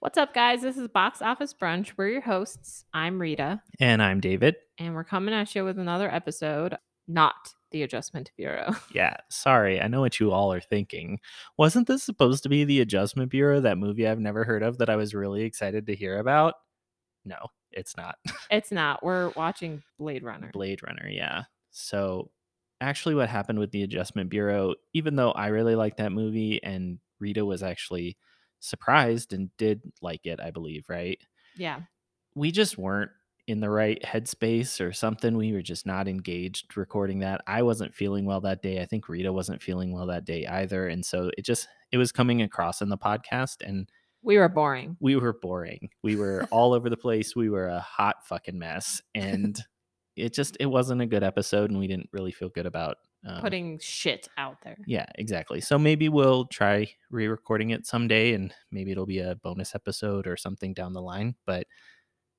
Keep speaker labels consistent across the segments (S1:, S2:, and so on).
S1: What's up, guys? This is Box Office Brunch. We're your hosts. I'm Rita,
S2: And I'm David.
S1: and we're coming at you with another episode, not the Adjustment Bureau.
S2: Yeah, sorry. I know what you all are thinking. Wasn't this supposed to be the Adjustment Bureau, that movie I've never heard of that I was really excited to hear about? No, it's not.
S1: It's not. We're watching Blade Runner.
S2: Blade Runner, yeah. So, actually, what happened with the Adjustment Bureau, even though I really liked that movie and Rita was actually surprised and did like it, I believe, right?
S1: Yeah.
S2: we just weren't in the right headspace or something. We were just not engaged recording that. I wasn't feeling well that day. I think Rita wasn't feeling well that day either. And so it just it was coming across in the podcast and
S1: We were boring.
S2: we were boring. We were all over the place. We were a hot fucking mess. And it just it wasn't a good episode and we didn't really feel good about um,
S1: Putting shit out there.
S2: yeah, exactly. So maybe we'll try re recording it someday and maybe it'll be a bonus episode or something down the line. But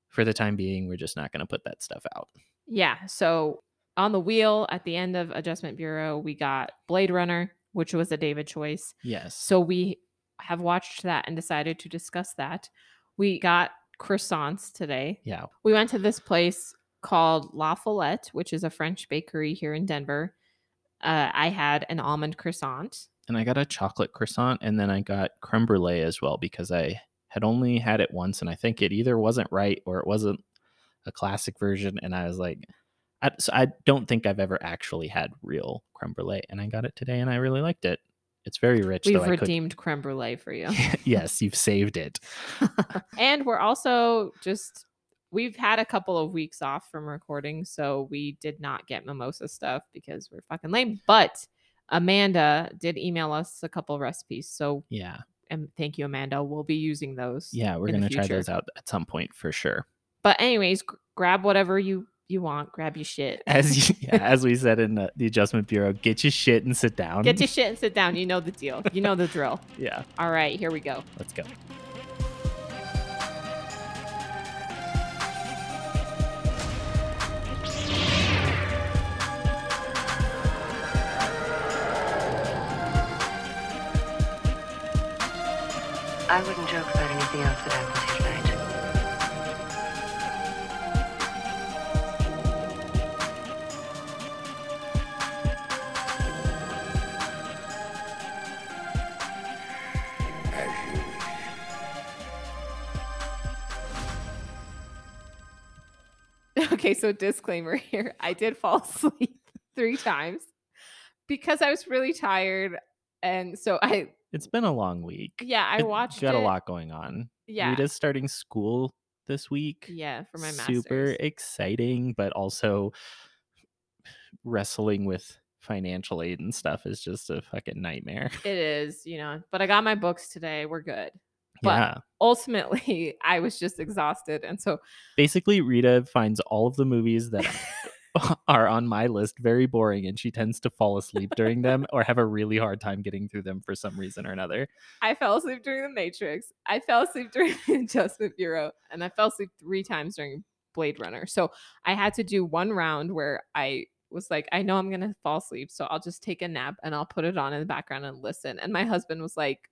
S2: for the time being, we're just not going to put that stuff out.
S1: Yeah. So on the wheel at the end of Adjustment Bureau, we got Blade Runner, which was a David choice.
S2: Yes.
S1: So we have watched that and decided to discuss that. We got croissants today.
S2: yeah.
S1: we went to this place called La Follette, which is a French bakery here in Denver. Uh, I had an almond croissant.
S2: And I got a chocolate croissant and then I got creme brulee as well because I had only had it once and I think it either wasn't right or it wasn't a classic version. And I was like, I, so I don't think I've ever actually had real creme brulee. And I got it today and I really liked it. It's very rich. though
S1: We've
S2: I could-
S1: redeemed creme brulee for you.
S2: yes, you've saved it.
S1: and we're also just, we've had a couple of weeks off from recording. So we did not get mimosa stuff because we're fucking lame. But Amanda did email us a couple recipes. So,
S2: Yeah.
S1: and thank you, Amanda. We'll be using those.
S2: Yeah, we're
S1: in the
S2: gonna try
S1: future.
S2: those out at some point for sure.
S1: But, anyways, gr- grab whatever you you want. Grab your shit.
S2: As you, yeah, as we said in the, the Adjustment Bureau, get your shit and sit down.
S1: Get your shit and sit down. You know the deal. You know the drill.
S2: yeah,
S1: All right, here we go.
S2: let's go.
S3: I wouldn't joke about anything else that happened to you tonight.
S1: Okay, so disclaimer here. I did fall asleep three times because I was really tired. And so I,
S2: It's been a long week.
S1: yeah, I
S2: It-
S1: watched
S2: Got
S1: it.
S2: a lot going on.
S1: Yeah.
S2: Rita's starting school this week.
S1: yeah, for my master's.
S2: super exciting, but also wrestling with financial aid and stuff is just a fucking nightmare.
S1: It is, you know, but I got my books today. We're good. But-
S2: yeah.
S1: Ultimately, I was just exhausted. And so
S2: Basically, Rita finds all of the movies that are on my list very boring and she tends to fall asleep during them or have a really hard time getting through them for some reason or another.
S1: I fell asleep during The Matrix. I fell asleep during The Adjustment Bureau, and I fell asleep three times during Blade Runner. So I had to do one round where I was like, I know I'm gonna fall asleep, so I'll just take a nap and I'll put it on in the background and listen. And my husband was like,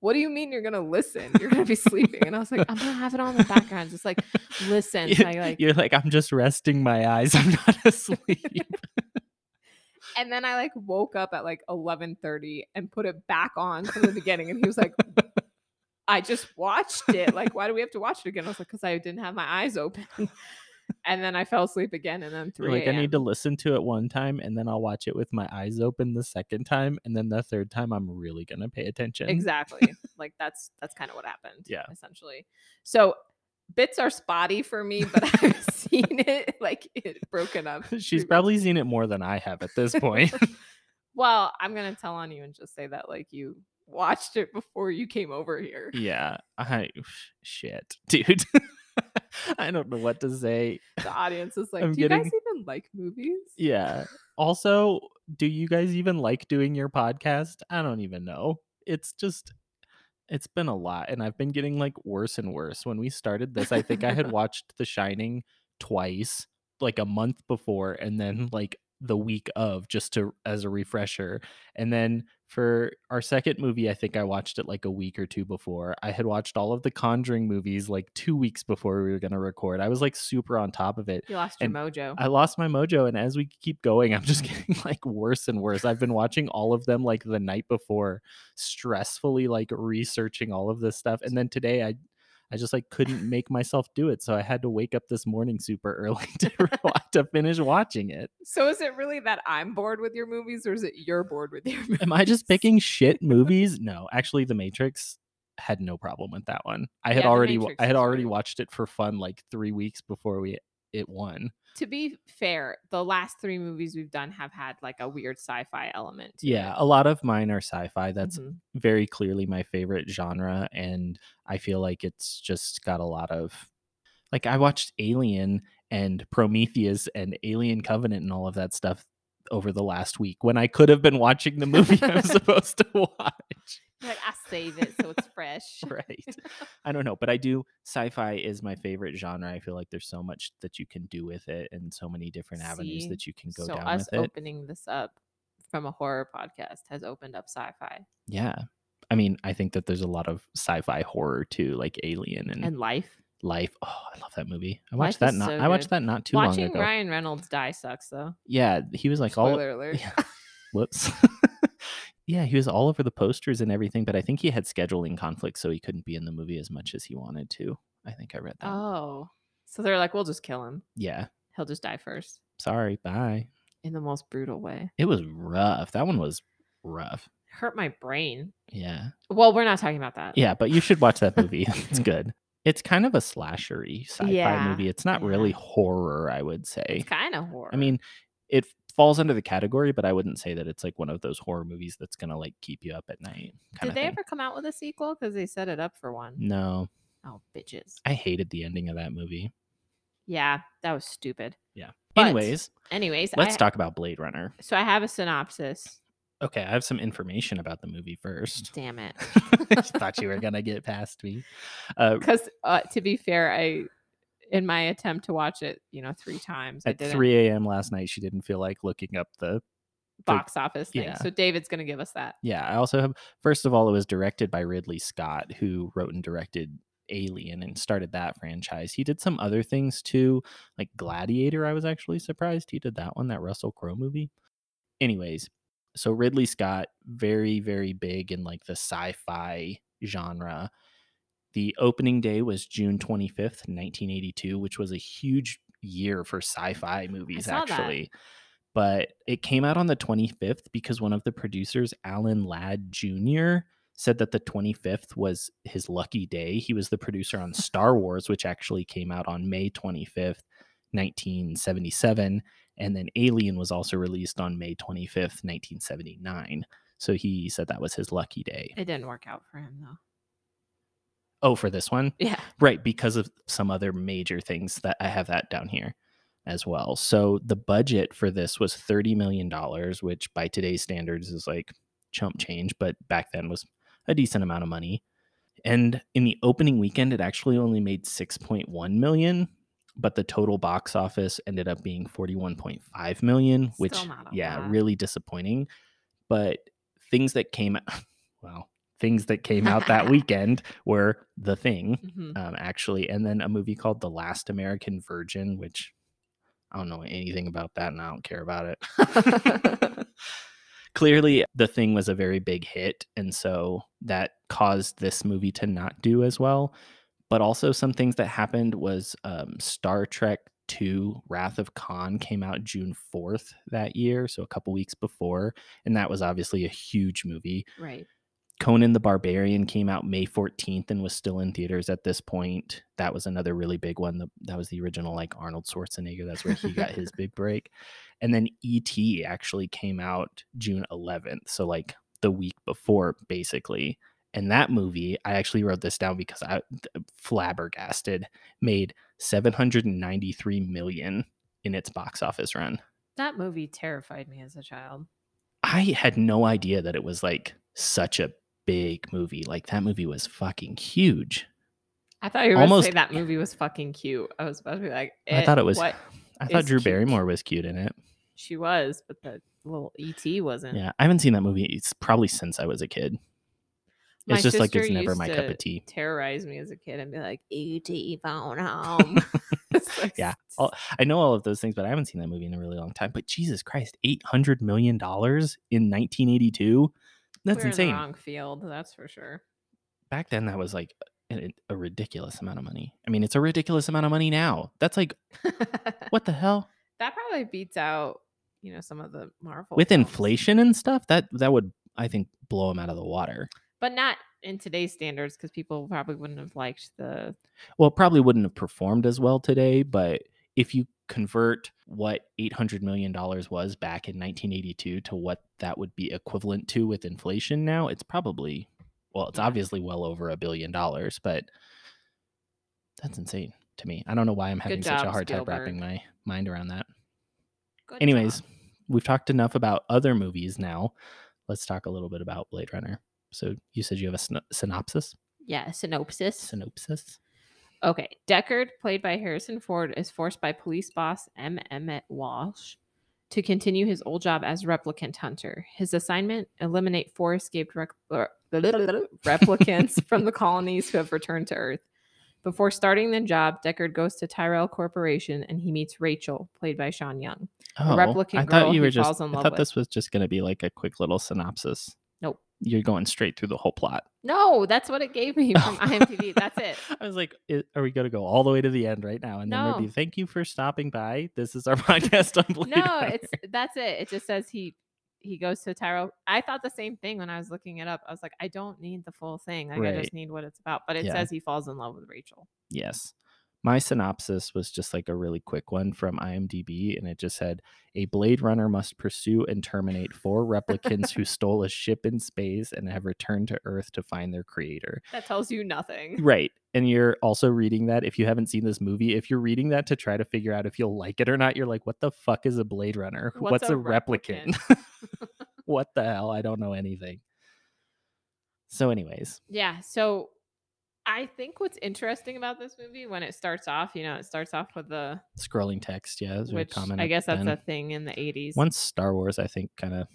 S1: "What do you mean you're gonna listen? You're gonna be sleeping?" And I was like, "I'm gonna have it on in the background, just like listen." So I, like,
S2: You're like, I'm just resting my eyes. I'm not asleep.
S1: and then I like woke up at like 11:30 and put it back on from the beginning and he was like I just watched it like why do we have to watch it again I was like cuz I didn't have my eyes open and then I fell asleep again and then 3
S2: You're like, I need to
S1: a.m..
S2: listen to it one time and then I'll watch it with my eyes open the second time. And then the third time, I'm really going to pay attention.
S1: exactly like that's that's kind of what happened
S2: Yeah.
S1: essentially so bits are spotty for me but I've seen it like it broken up
S2: She's
S1: previously.
S2: probably seen it more than I have at this point.
S1: well I'm going to tell on you and just say that like you watched it before you came over here
S2: yeah. I, shit, dude. I don't know what to say.
S1: the audience is like,
S2: I'm
S1: do you guys
S2: getting-
S1: even like movies?
S2: Yeah. Also, do you guys even like doing your podcast? I don't even know. It's just it's been a lot and I've been getting like worse and worse. When we started this, I think I had watched The Shining twice, like a month before and then like the week of just to as a refresher. And then for our second movie, I think I watched it like a week or two before. I had watched all of the Conjuring movies like 2 weeks before we were going to record. I was like super on top of it.
S1: You lost your
S2: And
S1: mojo.
S2: I lost my mojo, and as we keep going, I'm just getting like worse and worse. I've been watching all of them like the night before, stressfully like researching all of this stuff, and then today I, I just like couldn't make myself do it, so I had to wake up this morning super early to re- to finish watching it.
S1: so is it really that I'm bored with your movies, or is it you're bored with your movies?
S2: Am I just picking shit movies? No, actually, The Matrix had no problem with that one. I had
S1: Yeah, The
S2: already wa-
S1: Matrix
S2: I had
S1: is
S2: already
S1: great.
S2: watched it for fun like three weeks before we it won.
S1: To be fair, the last three movies we've done have had like a weird sci-fi element. to
S2: Yeah,
S1: it.
S2: a lot of mine are sci-fi. That's
S1: Mhm.
S2: very clearly my favorite genre and i feel like it's just got a lot of like i watched alien and prometheus and alien covenant and all of that stuff over the last week when i could have been watching the movie i'm supposed to watch
S1: You're like "Ah, I save it so it's fresh.
S2: right i don't know but i do sci-fi is my favorite genre i feel like there's so much that you can do with it and so many different avenues
S1: See?
S2: that you can go
S1: so
S2: down
S1: us
S2: with it
S1: opening this up from a horror podcast has opened up sci-fi
S2: yeah i mean i think that there's a lot of sci-fi horror too like alien and
S1: and life.
S2: Life. Oh, I love that movie. I
S1: Life
S2: watched that
S1: is
S2: not
S1: so
S2: I watched
S1: good.
S2: that not too long
S1: Watching
S2: ago.
S1: Ryan Reynolds die sucks though.
S2: Yeah, he was like
S1: Spoiler
S2: all
S1: alert.
S2: yeah. whoops. yeah, he was all over the posters and everything, but I think he had scheduling conflicts so he couldn't be in the movie as much as he wanted to. I think I read that.
S1: Oh, so they're like, we'll just kill him.
S2: Yeah.
S1: He'll just die first
S2: Sorry, bye.
S1: in the most brutal way.
S2: It was rough. That one was rough.
S1: Hurt my brain.
S2: Yeah.
S1: Well, we're not talking about that.
S2: Yeah, but you should watch that movie. it's good. It's kind of a slashery sci-fi
S1: Yeah,
S2: movie. It's not
S1: yeah.
S2: really horror, I would say.
S1: It's kind of horror.
S2: I mean, it falls under the category, but I wouldn't say that it's like one of those horror movies that's gonna like keep you up at night.
S1: did
S2: Kind
S1: they
S2: of
S1: ever come out with a sequel? Because they set it up for one.
S2: No,
S1: Oh, bitches.
S2: I hated the ending of that movie.
S1: Yeah, that was stupid.
S2: Yeah.
S1: But-
S2: Anyways,
S1: Anyways,
S2: let's
S1: I-
S2: talk about Blade Runner.
S1: So I have a synopsis.
S2: Okay, I have some information about the movie first.
S1: Damn it.
S2: I thought you were gonna get past me. Uh,
S1: Because uh, to be fair, I in my attempt to watch it, you know, three times, I
S2: at
S1: didn't
S2: 3 a.m. last night, she didn't feel like looking up the.
S1: box office thing.
S2: yeah.
S1: So David's gonna give us that.
S2: Yeah, I also have. First of all, it was directed by Ridley Scott, who wrote and directed Alien and started that franchise. He did some other things too, like Gladiator. I was actually surprised he did that one, that Russell Crowe movie. Anyways, so Ridley Scott, very, very big in like the sci fi genre. The opening day was June 25th, 1982, which was a huge year for sci fi movies,
S1: saw that.
S2: actually. But it came out on the 25th because one of the producers, Alan Ladd Jr., said that the 25th was his lucky day. He was the producer on Star Wars, which actually came out on May 25th, 1977. And then Alien was also released on May 25th, 1979. So he said that was his lucky day.
S1: It didn't work out for him though.
S2: Oh, for this one?
S1: Yeah.
S2: Right, because of some other major things that I have that down here as well. So the budget for this was $30 million, which by today's standards is like chump change, but back then was a decent amount of money. And in the opening weekend, it actually only made 6.1 million, but the total box office ended up being 41.5 million, which
S1: Still not a
S2: yeah,
S1: lot.
S2: really disappointing. But things that came out, well, things that came out that weekend were The Thing,
S1: Mhm.
S2: um, actually, and then a movie called The Last American Virgin, which I don't know anything about that and I don't care about it. Clearly, The Thing was a very big hit, and so that caused this movie to not do as well. But also, some things that happened was um, Star Trek II Wrath of Khan came out June 4th that year, so a couple weeks before, and that was obviously a huge movie.
S1: Right.
S2: Conan the Barbarian came out May 14th and was still in theaters at this point. That was another really big one. The- That was the original, like Arnold Schwarzenegger. That's where he got his big break. And then E.T. actually came out June 11th. So, like the week before, basically. And that movie, I actually wrote this down because I th- flabbergasted, made 793 million in its box office run.
S1: That movie terrified me as a child.
S2: I had no idea that it was like such a big movie. Like that movie was fucking huge.
S1: I thought you were going to
S2: Almost-
S1: say that movie was fucking cute. I was about to be like,
S2: I thought it was.
S1: Eh, What?
S2: I thought
S1: is
S2: Drew
S1: cute.
S2: Barrymore was cute in it.
S1: She was, but the little ET wasn't.
S2: Yeah, I haven't seen that movie. It's probably since I was a kid.
S1: My
S2: it's just like it's
S1: sister
S2: never
S1: used
S2: my cup
S1: to
S2: of tea.
S1: Terrorize me as a kid and be like, ET phone home. It's like,
S2: Yeah, Oh,
S1: s-
S2: I'll- I know all of those things, but I haven't seen that movie in a really long time. But Jesus Christ, eight hundred million dollars in nineteen eighty two. That's
S1: we're In
S2: insane.
S1: the wrong field, that's for sure.
S2: Back then, that was like a, a ridiculous amount of money. I mean, it's a ridiculous amount of money now. That's like
S1: that
S2: what the hell
S1: probably beats out, you know, some of the Marvel
S2: with
S1: films.
S2: inflation and stuff. That that would I think blow them out of the water.
S1: but not in today's standards because people probably wouldn't have liked the
S2: well it probably wouldn't have performed as well today but if you convert what 800 million dollars was back in 1982 to what that would be equivalent to with inflation now it's probably well it's
S1: Yeah.
S2: obviously well over a billion dollars but that's insane to me i don't know why i'm having such a
S1: job,
S2: hard time wrapping
S1: Spielberg.
S2: my mind around that
S1: good
S2: anyways
S1: job.
S2: we've talked enough about other movies now let's talk a little bit about blade runner so you said you have a syn- synopsis
S1: Yeah, synopsis.
S2: synopsis
S1: Okay. Deckard, played by Harrison Ford, is forced by police boss M. Emmett Walsh to continue his old job as replicant hunter. His assignment eliminate four escaped rec- er, replicants from the colonies who have returned to Earth. Before starting the job, Deckard goes to Tyrell Corporation and he meets Rachel, played by Sean Young.
S2: Oh,
S1: replicant
S2: I thought
S1: girl he
S2: you were just.
S1: falls in
S2: I
S1: love
S2: thought
S1: with.
S2: this was just going to be like a quick little synopsis.
S1: Nope.
S2: You're going straight through the whole plot.
S1: No, that's what it gave me from IMDb. That's it.
S2: I was like, "I- "Are we going to go all the way to the end right now?" And then we'd
S1: No.
S2: be, "Thank you for stopping by. This is our podcast on Blade
S1: no
S2: Runner."
S1: it's that's it it just says he he goes to Tyrell. I thought the same thing when I was looking it up. I was like, I don't need the full thing. Like, I
S2: Right.
S1: just need what it's about. But it
S2: Yeah.
S1: says he falls in love with Rachel.
S2: Yes. My synopsis was just like a really quick one from IMDb, and it just said a Blade Runner must pursue and terminate four replicants who stole a ship in space and have returned to Earth to find their creator.
S1: That tells you nothing.
S2: Right. And you're also reading that if you haven't seen this movie, if you're reading that to try to figure out if you'll like it or not, you're like, what the fuck is a Blade Runner? What's, a, replicant? what the hell? I don't know anything. So, anyways,
S1: Yeah. So I think what's interesting about this movie when it starts off, you know, it starts off with the
S2: scrolling text. Yeah. As we
S1: which
S2: commented
S1: I guess that's
S2: then.
S1: a thing in the 80s.
S2: Once Star Wars, I think, kind of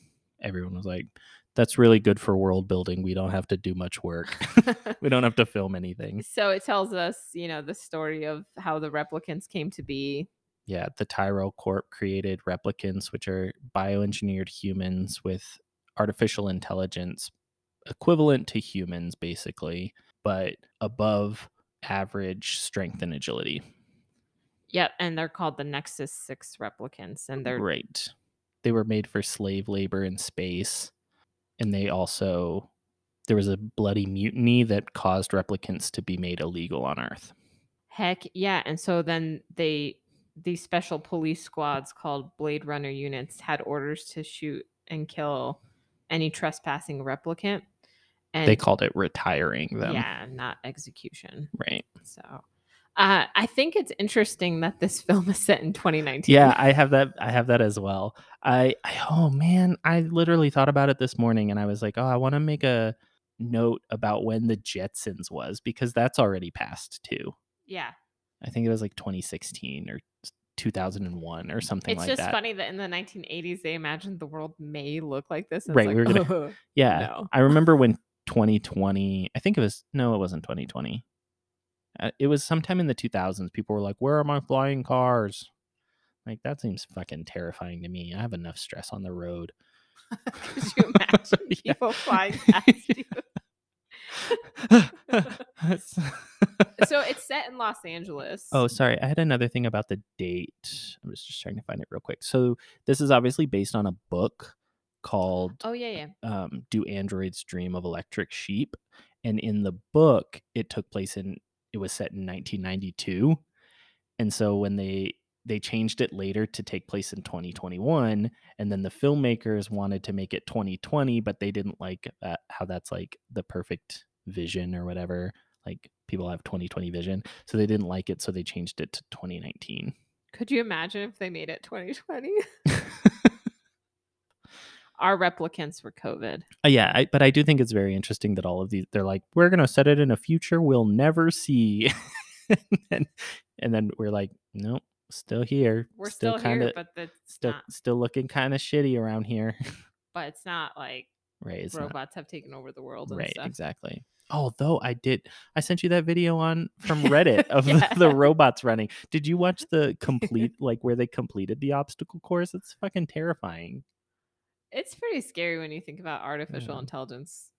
S2: everyone was like, that's really good for world building. We don't have to do much work, we don't have to film anything.
S1: so it tells us, you know, the story of how the replicants came to be.
S2: yeah, the Tyrell Corp created replicants, which are bioengineered humans with artificial intelligence equivalent to humans, basically, but above average strength and agility.
S1: Yep. And they're called the Nexus 6 replicants. And they're
S2: Right. They were made for slave labor in space. And they also, there was a bloody mutiny that caused replicants to be made illegal on Earth.
S1: Heck yeah. And so then they these special police squads called Blade Runner units had orders to shoot and kill any trespassing replicant. And
S2: they called it retiring them.
S1: Yeah, not execution.
S2: Right.
S1: So uh, I think it's interesting that this film is set in 2019.
S2: Yeah, I have that. I have that as well. I, I oh man, I literally thought about it this morning, and I was like, oh, I want to make a note about when the Jetsons was because that's already passed too.
S1: Yeah.
S2: I think it was like 2016 or 2001 or something
S1: It's
S2: like
S1: just
S2: that.
S1: funny that in the 1980s they imagined the world may look like this. and
S2: Right,
S1: It's
S2: we were
S1: like,
S2: gonna-
S1: "Ugh,
S2: Yeah,
S1: No.
S2: I remember when 2020. I think it was no, it wasn't 2020. Uh, it was sometime in the 2000s. People were like, "Where are my flying cars?" Like that seems fucking terrifying to me. I have enough stress on the road.
S1: Could you imagine
S2: Yeah.
S1: people flying past you?
S2: That's-
S1: So it's set in Los Angeles.
S2: oh, sorry. I had another thing about the date. I was just trying to find it real quick. So this is obviously based on a book called
S1: Oh yeah, yeah.
S2: um, "Do Androids Dream of Electric Sheep?" And in the book, it took place in it was set in 1992, and so when they they changed it later to take place in 2021, and then the filmmakers wanted to make it 2020, but they didn't like uh, how that's like the perfect vision or whatever. Like people have 2020 vision, so they didn't like it, so they changed it to 2019.
S1: Could you imagine if they made it 2020? Our replicants were COVID.
S2: Uh, yeah, I, but I do think it's very interesting that all of these they're like, we're gonna set it in a future we'll never see, and, then, and then we're like, nope, still here.
S1: We're still,
S2: kinda,
S1: here, but that's
S2: still
S1: not.
S2: still looking kind of shitty around here.
S1: But it's not like
S2: right, it's not-
S1: robots have taken over the world and
S2: right,
S1: stuff.
S2: exactly. Although I did, I sent you that video on from Reddit of the- the,
S1: Yeah.
S2: robots running. Did you watch the complete like where they completed the obstacle course? It's fucking terrifying.
S1: It's pretty scary when you think about artificial
S2: Yeah.
S1: intelligence.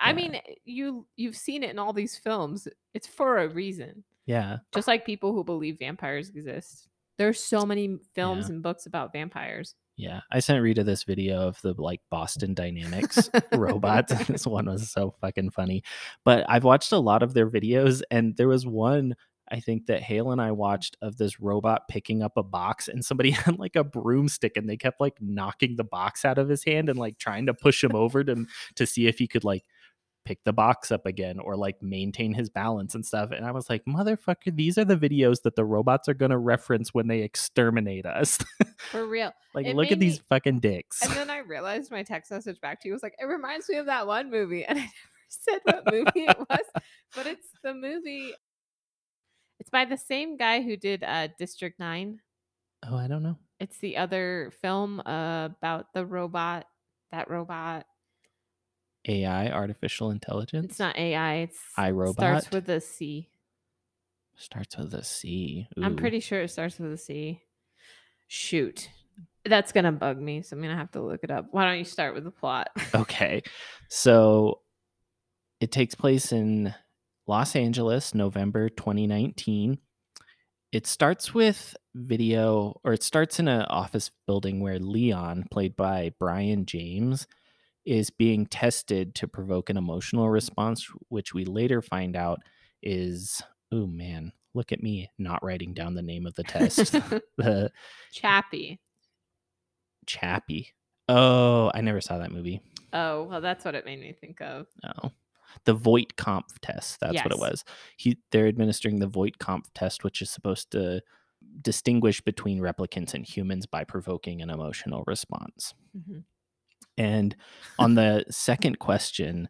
S2: Yeah.
S1: I mean, eh, you you've seen it in all these films. It's for a reason.
S2: Yeah,
S1: Just like people who believe vampires exist. There's so many films and books about vampires.
S2: yeah. I sent Rita this video of the like Boston Dynamics robots. this one was so fucking funny. But I've watched a lot of their videos, and there was one I think that Hale and I watched of this robot picking up a box, and somebody had like a broomstick, and they kept like knocking the box out of his hand and like trying to push him over to to see if he could like pick the box up again or like maintain his balance and stuff and i was like motherfucker these are the videos that the robots are going to reference when they exterminate us
S1: For real.
S2: like
S1: It
S2: look at
S1: made
S2: these
S1: me-
S2: fucking dicks
S1: And then I realized my text message back to you was like, it reminds me of that one movie. And I never said what movie it was, but it's the movie. It's by the same guy who did uh, District 9.
S2: oh i don't know
S1: It's the other film uh, about the robot, that robot.
S2: ai artificial intelligence
S1: It's not AI. It's
S2: iRobot?
S1: Starts with a C.
S2: starts with a c
S1: I'm
S2: Ooh.
S1: pretty sure it starts with a C. Shoot. That's going to bug me. So I'm going to have to look it up. Why don't you start with the plot?
S2: okay so it takes place in los angeles november 2019 it starts with video or it starts in an office building where leon played by brian james is being tested to provoke an emotional response which we later find out is oh man look at me not writing down the name of the test the
S1: Chappie.
S2: chappie oh i never saw that movie
S1: Oh, well, that's what it made me think of.
S2: Oh. The Voight Kampf test. That's what it
S1: Yes.
S2: was. He they're administering the Voight Kampf test, which is supposed to distinguish between replicants and humans by provoking an emotional response. And on the second question,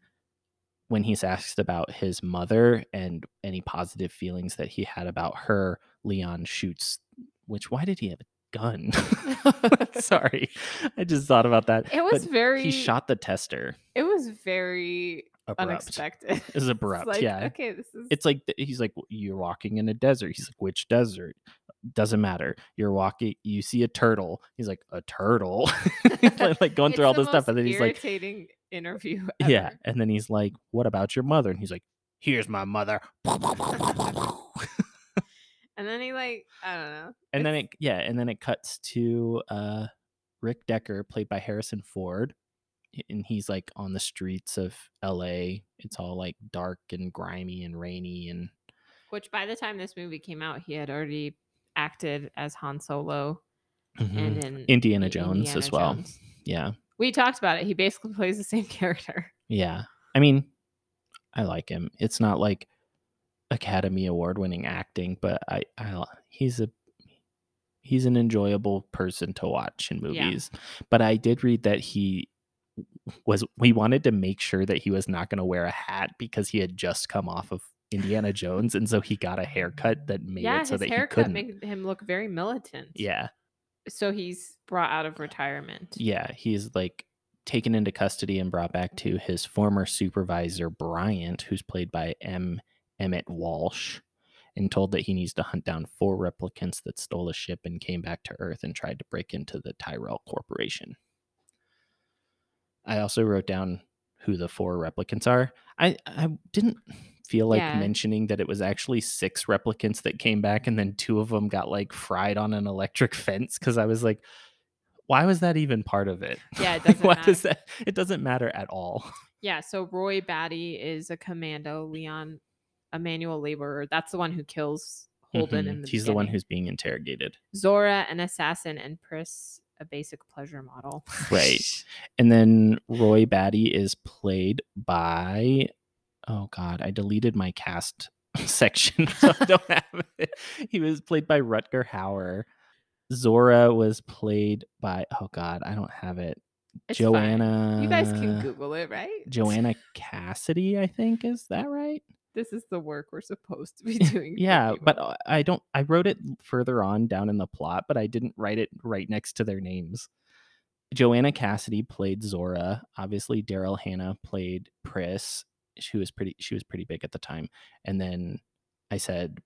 S2: when he's asked about his mother and any positive feelings that he had about her, Leon shoots which why did he have a gun? Sorry. I just thought about that.
S1: It was
S2: But
S1: very.
S2: he shot the tester.
S1: It was very
S2: Abrupt.
S1: unexpected.
S2: It was abrupt,
S1: it's like,
S2: yeah.
S1: Okay, this is.
S2: it's like th- he's like "W- you're walking in a desert he's like which desert doesn't matter you're walking you see a turtle he's like a turtle like, like going through all this stuff and then he's like
S1: irritating interview.
S2: yeah
S1: ever.
S2: and then he's like what about your mother and he's like here's my mother
S1: And then he like I don't know.
S2: and then it
S1: It's-
S2: yeah and then it cuts to uh rick decker played by harrison ford h- and he's like on the streets of la it's all like dark and grimy and rainy and
S1: Which by the time this movie came out, he had already acted as Han Solo
S2: Mhm.
S1: and in
S2: indiana
S1: I-
S2: jones as
S1: Indiana
S2: well
S1: Jones.
S2: yeah
S1: We talked about it. He basically plays the same character.
S2: Yeah. I mean, I like him. It's not like Academy Award winning acting, but I, I li- he's a he's an enjoyable person to watch in
S1: Yeah.
S2: movies. But I did read that he was we wanted to make sure that he was not going to wear a hat because he had just come off of Indiana Jones and so he got a haircut that made
S1: yeah,
S2: it so
S1: his
S2: that he
S1: haircut
S2: couldn't.
S1: made him look very militant.
S2: yeah. Uh,
S1: So he's brought out of retirement.
S2: Yeah, he's like taken into custody and brought back to his former supervisor Bryant, who's played by M. Emmett Walsh, and told that he needs to hunt down four replicants that stole a ship and came back to Earth and tried to break into the Tyrell Corporation. I also wrote down who the four replicants are. I I didn't feel like
S1: Yeah.
S2: mentioning that it was actually six replicants that came back and then two of them got like fried on an electric fence cuz I was like why was that even part of it?
S1: Yeah, it
S2: Like,
S1: doesn't
S2: why does that it doesn't matter at all.
S1: Yeah, so Roy Batty is a commando. Leon, a manual laborer. That's the one who kills Holden.
S2: Mhm.
S1: In the
S2: He's the one
S1: beginning.
S2: who's being interrogated.
S1: Zora, an assassin, and Pris, a basic pleasure model.
S2: Right. And then Roy Batty is played by oh god, I deleted my cast section. So I don't have it. He was played by Rutger Hauer. Zora was played by oh god, I don't have it.
S1: It's fine.
S2: Joanna
S1: You guys can Google it, right?
S2: Joanna Cassidy, I think. Is that right?
S1: this is the work we're supposed to be doing. for
S2: Yeah,
S1: people.
S2: but uh, I don't. I wrote it further on down in the plot, but I didn't write it right next to their names. Joanna Cassidy played Zora. Obviously, Daryl Hannah played Pris. She was pretty. She was pretty big at the time. And then I said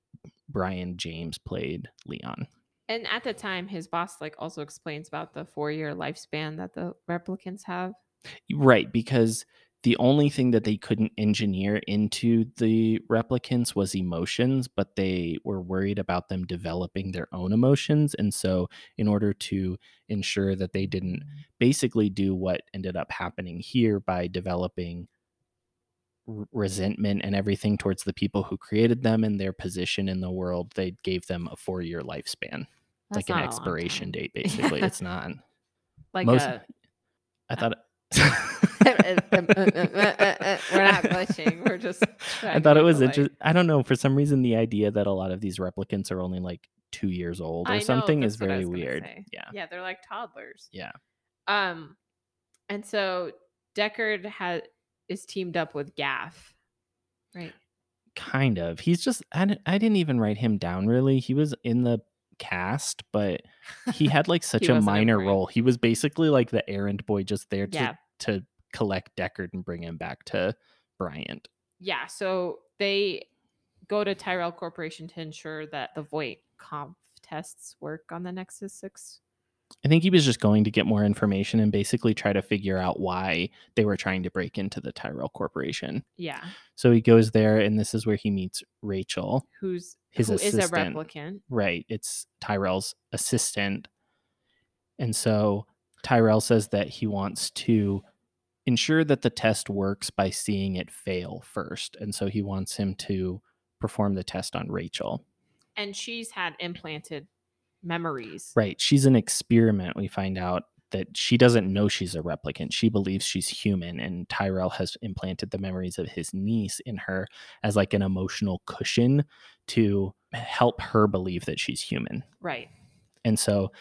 S2: Brian James played Leon.
S1: and at the time, his boss like also explains about the four year lifespan that the replicants have.
S2: Right, because the only thing that they couldn't engineer into the replicants was emotions, but they were worried about them developing their own emotions. And so, in order to ensure that they didn't
S1: Mm-hmm.
S2: basically do what ended up happening here by developing r- resentment and everything towards the people who created them and their position in the world, they gave them a four year lifespan,
S1: That's
S2: like
S1: not
S2: an
S1: a long
S2: expiration
S1: time.
S2: date, basically. it's not.
S1: Like
S2: Most-
S1: a, uh,
S2: I thought.
S1: uh, We're not glitching, we're just
S2: I
S1: trying
S2: thought
S1: to
S2: it
S1: make
S2: was
S1: it light.
S2: interesting. I don't know. For some reason, the idea that a lot of these replicants are only like two years old or
S1: I know,
S2: something is
S1: that's what I
S2: very
S1: was gonna
S2: weird.
S1: say.
S2: Yeah.
S1: yeah, they're like toddlers.
S2: Yeah.
S1: Um, and so Deckard has is teamed up with Gaff, right?
S2: Kind of. He's just, I, di- I didn't even write him down really. He was in the cast, but he had like such
S1: He
S2: a
S1: wasn't
S2: minor
S1: important.
S2: role. He was basically like the errand boy just there to,
S1: Yeah.
S2: to collect Deckard and bring him back to Bryant.
S1: Yeah. So they go to Tyrell Corporation to ensure that the Voight comp tests work on the Nexus Six.
S2: I think he was just going to get more information and basically try to figure out why they were trying to break into the Tyrell Corporation.
S1: Yeah.
S2: So he goes there, and this is where he meets Rachel.
S1: Who's
S2: His
S1: who is a
S2: assistant.
S1: replicant?
S2: Right, it's Tyrell's assistant. And so Tyrell says that he wants to ensure that the test works by seeing it fail first. And so he wants him to perform the test on Rachel.
S1: And she's had implanted memories.
S2: Right. She's an experiment. We find out that she doesn't know she's a replicant. She believes she's human, and Tyrell has implanted the memories of his niece in her as like an emotional cushion to help her believe that she's human.
S1: Right.
S2: And so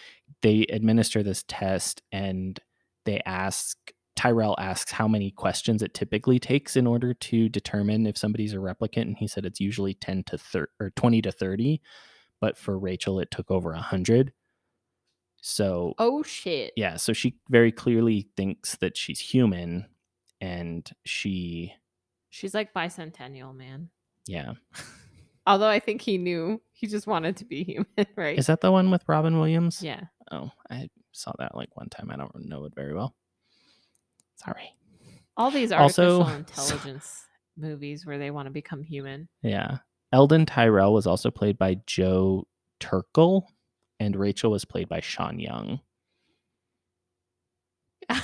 S2: they administer this test and they ask Tyrell asks how many questions it typically takes in order to determine if somebody's a replicant and he said it's usually 10 to 30 or 20 to 30 but for Rachel it took over 100. So
S1: Oh shit.
S2: yeah, so she very clearly thinks that she's human and she
S1: She's like bicentennial, man.
S2: yeah.
S1: Although I think he knew he just wanted to be human, right?
S2: Is that the one with Robin Williams?
S1: yeah.
S2: Oh, I saw that like one time. I don't know it very well. Sorry.
S1: All these artificial
S2: Also- so-
S1: intelligence movies where they want to become human.
S2: Yeah. Eldon Tyrell was also played by Joe Turkel, and Rachel was played by Sean Young.
S1: I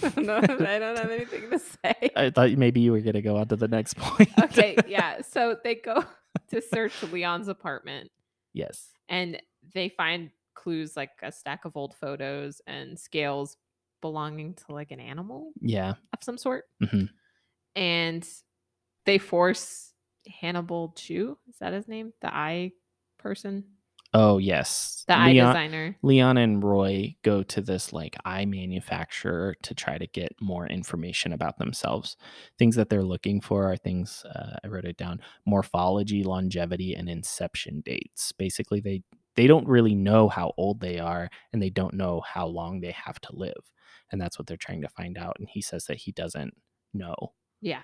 S1: don't know. I don't have anything to say.
S2: I thought maybe you were going to go on to the next point.
S1: Okay, yeah. So they go to search Leon's apartment
S2: yes.
S1: and they find clues like a stack of old photos and scales belonging to like an animal
S2: Yeah.
S1: of some sort.
S2: Mhm.
S1: And they force Hannibal Chu, is that his name? The eye person?
S2: Oh, yes.
S1: The eye
S2: Leon,
S1: designer.
S2: Leon and Roy go to this like eye manufacturer to try to get more information about themselves. Things that they're looking for are things uh, I wrote it down: morphology, longevity, and inception dates. Basically, they they don't really know how old they are, and they don't know how long they have to live, and that's what they're trying to find out. And he says that he doesn't know.
S1: Yeah.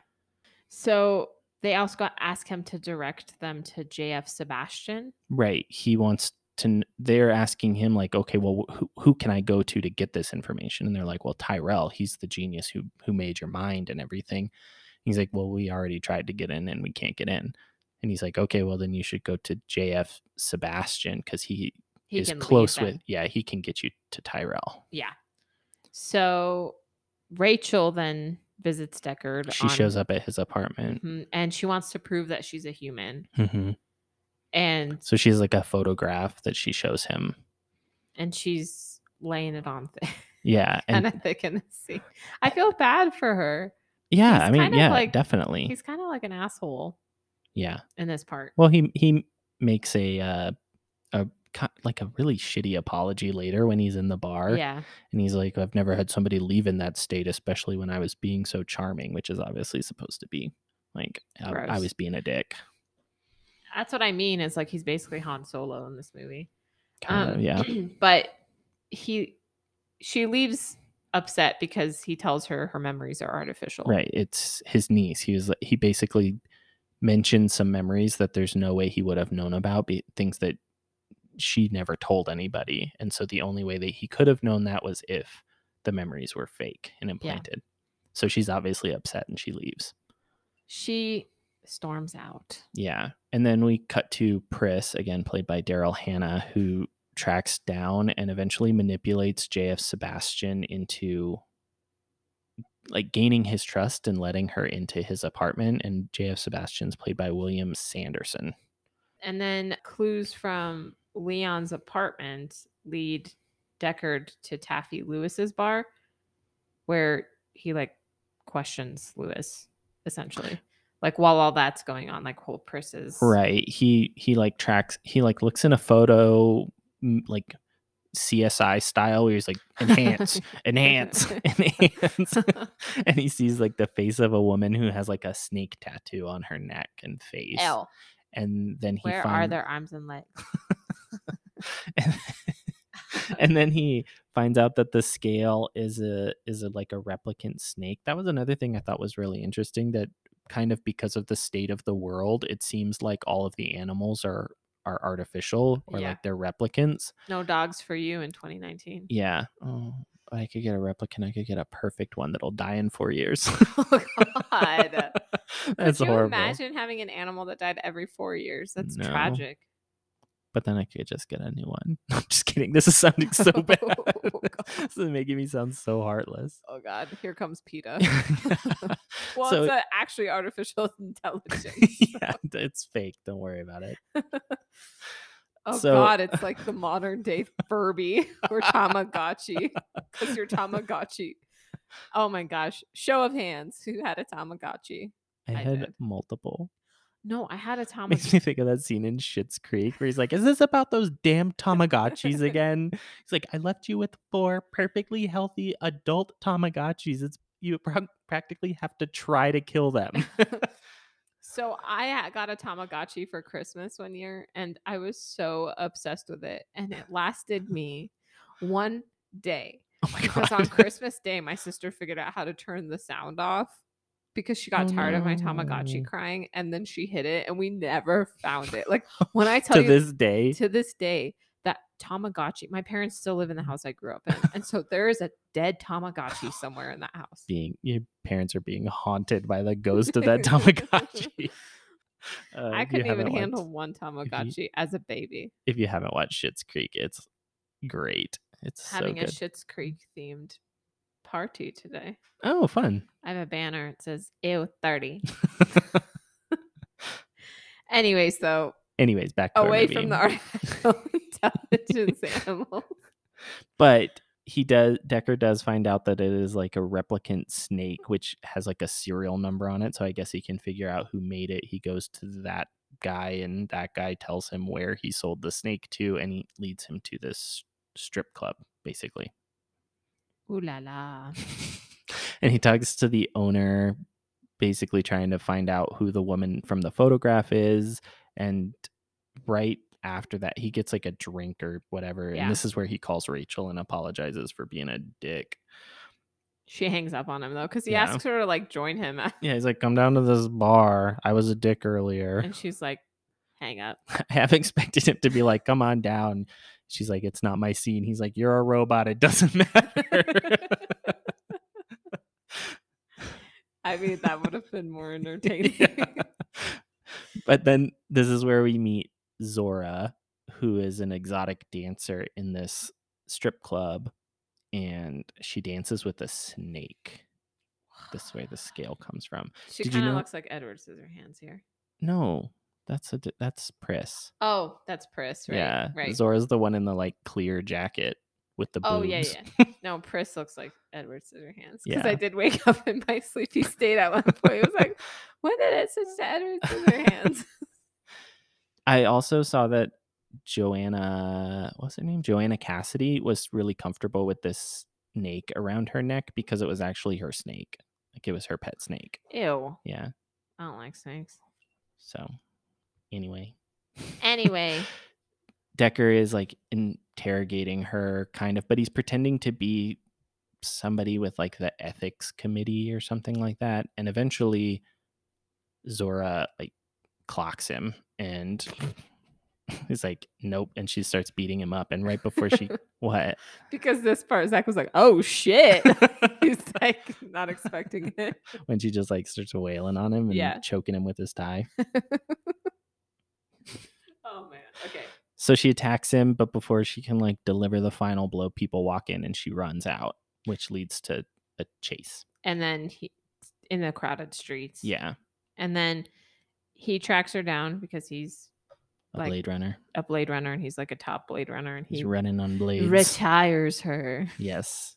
S1: So they also got ask him to direct them to JF Sebastian.
S2: Right? He wants to. kn- They're asking him like, okay, well, wh- who, who can I go to to get this information? And they're like, well, Tyrell, he's the genius who who made your mind and everything. He's like, well, we already tried to get in and we can't get in. And he's like, okay, well, then you should go to JF Sebastian because he,
S1: He
S2: is
S1: can lead
S2: close
S1: them.
S2: with, yeah, he can get you to Tyrell.
S1: Yeah. So Rachel then visits Deckard. Mm-hmm.
S2: She shows up at his apartment.
S1: and she wants to prove that she's a human.
S2: hmm
S1: And
S2: So she's like a photograph that she shows him.
S1: and she's laying it on thick.
S2: Yeah, and
S1: kind of thick in this scene. I feel bad for her.
S2: yeah,
S1: he's
S2: I mean,
S1: kind of
S2: yeah,
S1: like-
S2: definitely,
S1: He's kind of like an asshole
S2: yeah.
S1: in this part.
S2: Well, he he makes a uh, a ki- like a really shitty apology later when he's in the bar,
S1: Yeah.
S2: and he's like, "I've never had somebody leave in that state, especially when I was being so charming," which is obviously supposed to be Like I, I
S1: Gross.
S2: was being a dick.
S1: That's what I mean. Is like he's basically Han Solo in this movie.
S2: Kind of,
S1: Um,
S2: yeah.
S1: But he, she leaves upset because he tells her her memories are artificial.
S2: Right. It's his niece. He was like- he basically mentioned some memories that there's no way he would have known about, be, things that she never told anybody. And so the only way that he could have known that was if the memories were fake and implanted. So she's obviously upset and she leaves.
S1: She storms out.
S2: Yeah. And then we cut to Pris, again played by Daryl Hannah, who tracks down and eventually manipulates JF Sebastian into like gaining his trust and letting her into his apartment. And JF Sebastian's played by William Sanderson.
S1: And then clues from Leon's apartment lead Deckard to Taffy Lewis's bar, where he like questions Lewis essentially. Like while all that's going on, like whole Pris is
S2: Right. He he like tracks he like looks in a photo m- like CSI style where he's like enhance, enhance, enhance. and he sees like the face of a woman who has like a snake tattoo on her neck and face.
S1: L.
S2: and then he
S1: Where are
S2: find-
S1: their arms and legs?
S2: and, and then he finds out that the scale is a is a like a replicant snake that was another thing i thought was really interesting that kind of because of the state of the world it seems like all of the animals are are artificial or
S1: Yeah.
S2: like they're replicants
S1: No dogs for you in 2019.
S2: yeah oh i could get a replicant i could get a perfect one that'll die in four years
S1: Oh God.
S2: that's
S1: Could you
S2: horrible
S1: imagine having an animal that died every four years? That's
S2: No.
S1: tragic.
S2: but then I could just get a new one. I'm just kidding. This is sounding so bad.
S1: Oh,
S2: this is making me sound so heartless.
S1: Oh God, here comes PETA. well, it's
S2: well, so
S1: a actually artificial intelligence.
S2: yeah, it's fake. Don't worry about it.
S1: Oh
S2: So-
S1: God, it's like the modern day Furby or Tamagotchi. Because you're Tamagotchi. Oh my gosh. Show of hands. Who had a Tamagotchi?
S2: I,
S1: I
S2: had
S1: did.
S2: multiple.
S1: No, I had a
S2: Makes me
S1: Tamagotchi.
S2: think of that scene in Shit's Creek where he's like, "Is this about those damn Tamagotchis again?" He's like, "I left you with four perfectly healthy adult Tamagotchis. It's you prac- practically have to try to kill them." Oh
S1: so I ha- got a Tamagotchi for Christmas one year and I was so obsessed with it. And it lasted me one day.
S2: Oh my
S1: Because on
S2: god!
S1: Christmas Day, my sister figured out how to turn the sound off because she got
S2: Oh,
S1: tired of my
S2: no.
S1: Tamagotchi crying and then she hid it and we never found it. Like when I tell
S2: to
S1: you
S2: this day,
S1: to this day that Tamagotchi. My parents still live in the house I grew up in, and so there is a dead Tamagotchi somewhere in that house.
S2: being your parents are being haunted by the ghost of that Tamagotchi. Uh,
S1: I
S2: if you
S1: couldn't even
S2: haven't watched-
S1: handle one Tamagotchi as a baby.
S2: If you haven't watched Shit's Creek, it's great. It's
S1: Having
S2: so
S1: a
S2: good.
S1: Schitt's Creek themed party today.
S2: oh, fun.
S1: I have a banner. It says "Ew 30. Anyways, though,
S2: Anyways, back to our
S1: away from
S2: movie.
S1: the artificial intelligence animal.
S2: but he does Decker does find out that it is like a replicant snake which has like a serial number on it so I guess he can figure out who made it he goes to that guy and that guy tells him where he sold the snake to and he leads him to this strip club basically
S1: Ooh la la.
S2: and he talks to the owner basically trying to find out who the woman from the photograph is and right after that he gets like a drink or whatever
S1: Yeah.
S2: and this is where he calls rachel and apologizes for being a dick
S1: She hangs up on him though, because he
S2: Yeah.
S1: asks her to like join him,
S2: yeah he's like come down to this bar i was a dick earlier
S1: and she's like, "Hang up."
S2: i have expected him to be like come on down she's like it's not my scene he's like you're a robot it doesn't matter
S1: I mean, that would have been more entertaining.
S2: but then this is where we meet Zora, who is an exotic dancer in this strip club, and she dances with a snake. This way, the scale comes from.
S1: She
S2: Did you
S1: kind of
S2: know-
S1: looks like Edward Scissorhands here.
S2: No, that's a di- that's Priss.
S1: Oh, that's Pris, right?
S2: yeah,
S1: right.
S2: Zora's the one in the like clear jacket with the boobs.
S1: oh yeah, yeah. No, Pris looks like Edward Scissorhands because
S2: Yeah.
S1: I did wake up in my sleepy state at one point. It was like, when did it switch to Edward Scissorhands?
S2: I also saw that Joanna, what's her name? Joanna Cassidy was really comfortable with this snake around her neck because it was actually her snake. Like it was her pet snake.
S1: Ew.
S2: Yeah.
S1: I don't like snakes.
S2: So, anyway.
S1: Anyway,
S2: Decker is like interrogating her, kind of, but he's pretending to be somebody with like the ethics committee or something like that. And eventually, Zora like clocks him and he's like, nope. And she starts beating him up. And right before she, what?
S1: because this part, Zach was like, "Oh shit," he's like not expecting it.
S2: when she just like starts wailing on him and
S1: Yeah.
S2: choking him with his tie.
S1: Oh man. Okay.
S2: So she attacks him, but before she can like deliver the final blow, people walk in and she runs out, which leads to a chase.
S1: And then he in the crowded streets.
S2: Yeah,
S1: And then he tracks her down because he's
S2: a
S1: Like-
S2: Blade Runner.
S1: a Blade Runner and he's like a top Blade Runner and
S2: He's
S1: he
S2: running on blades.
S1: retires her.
S2: Yes.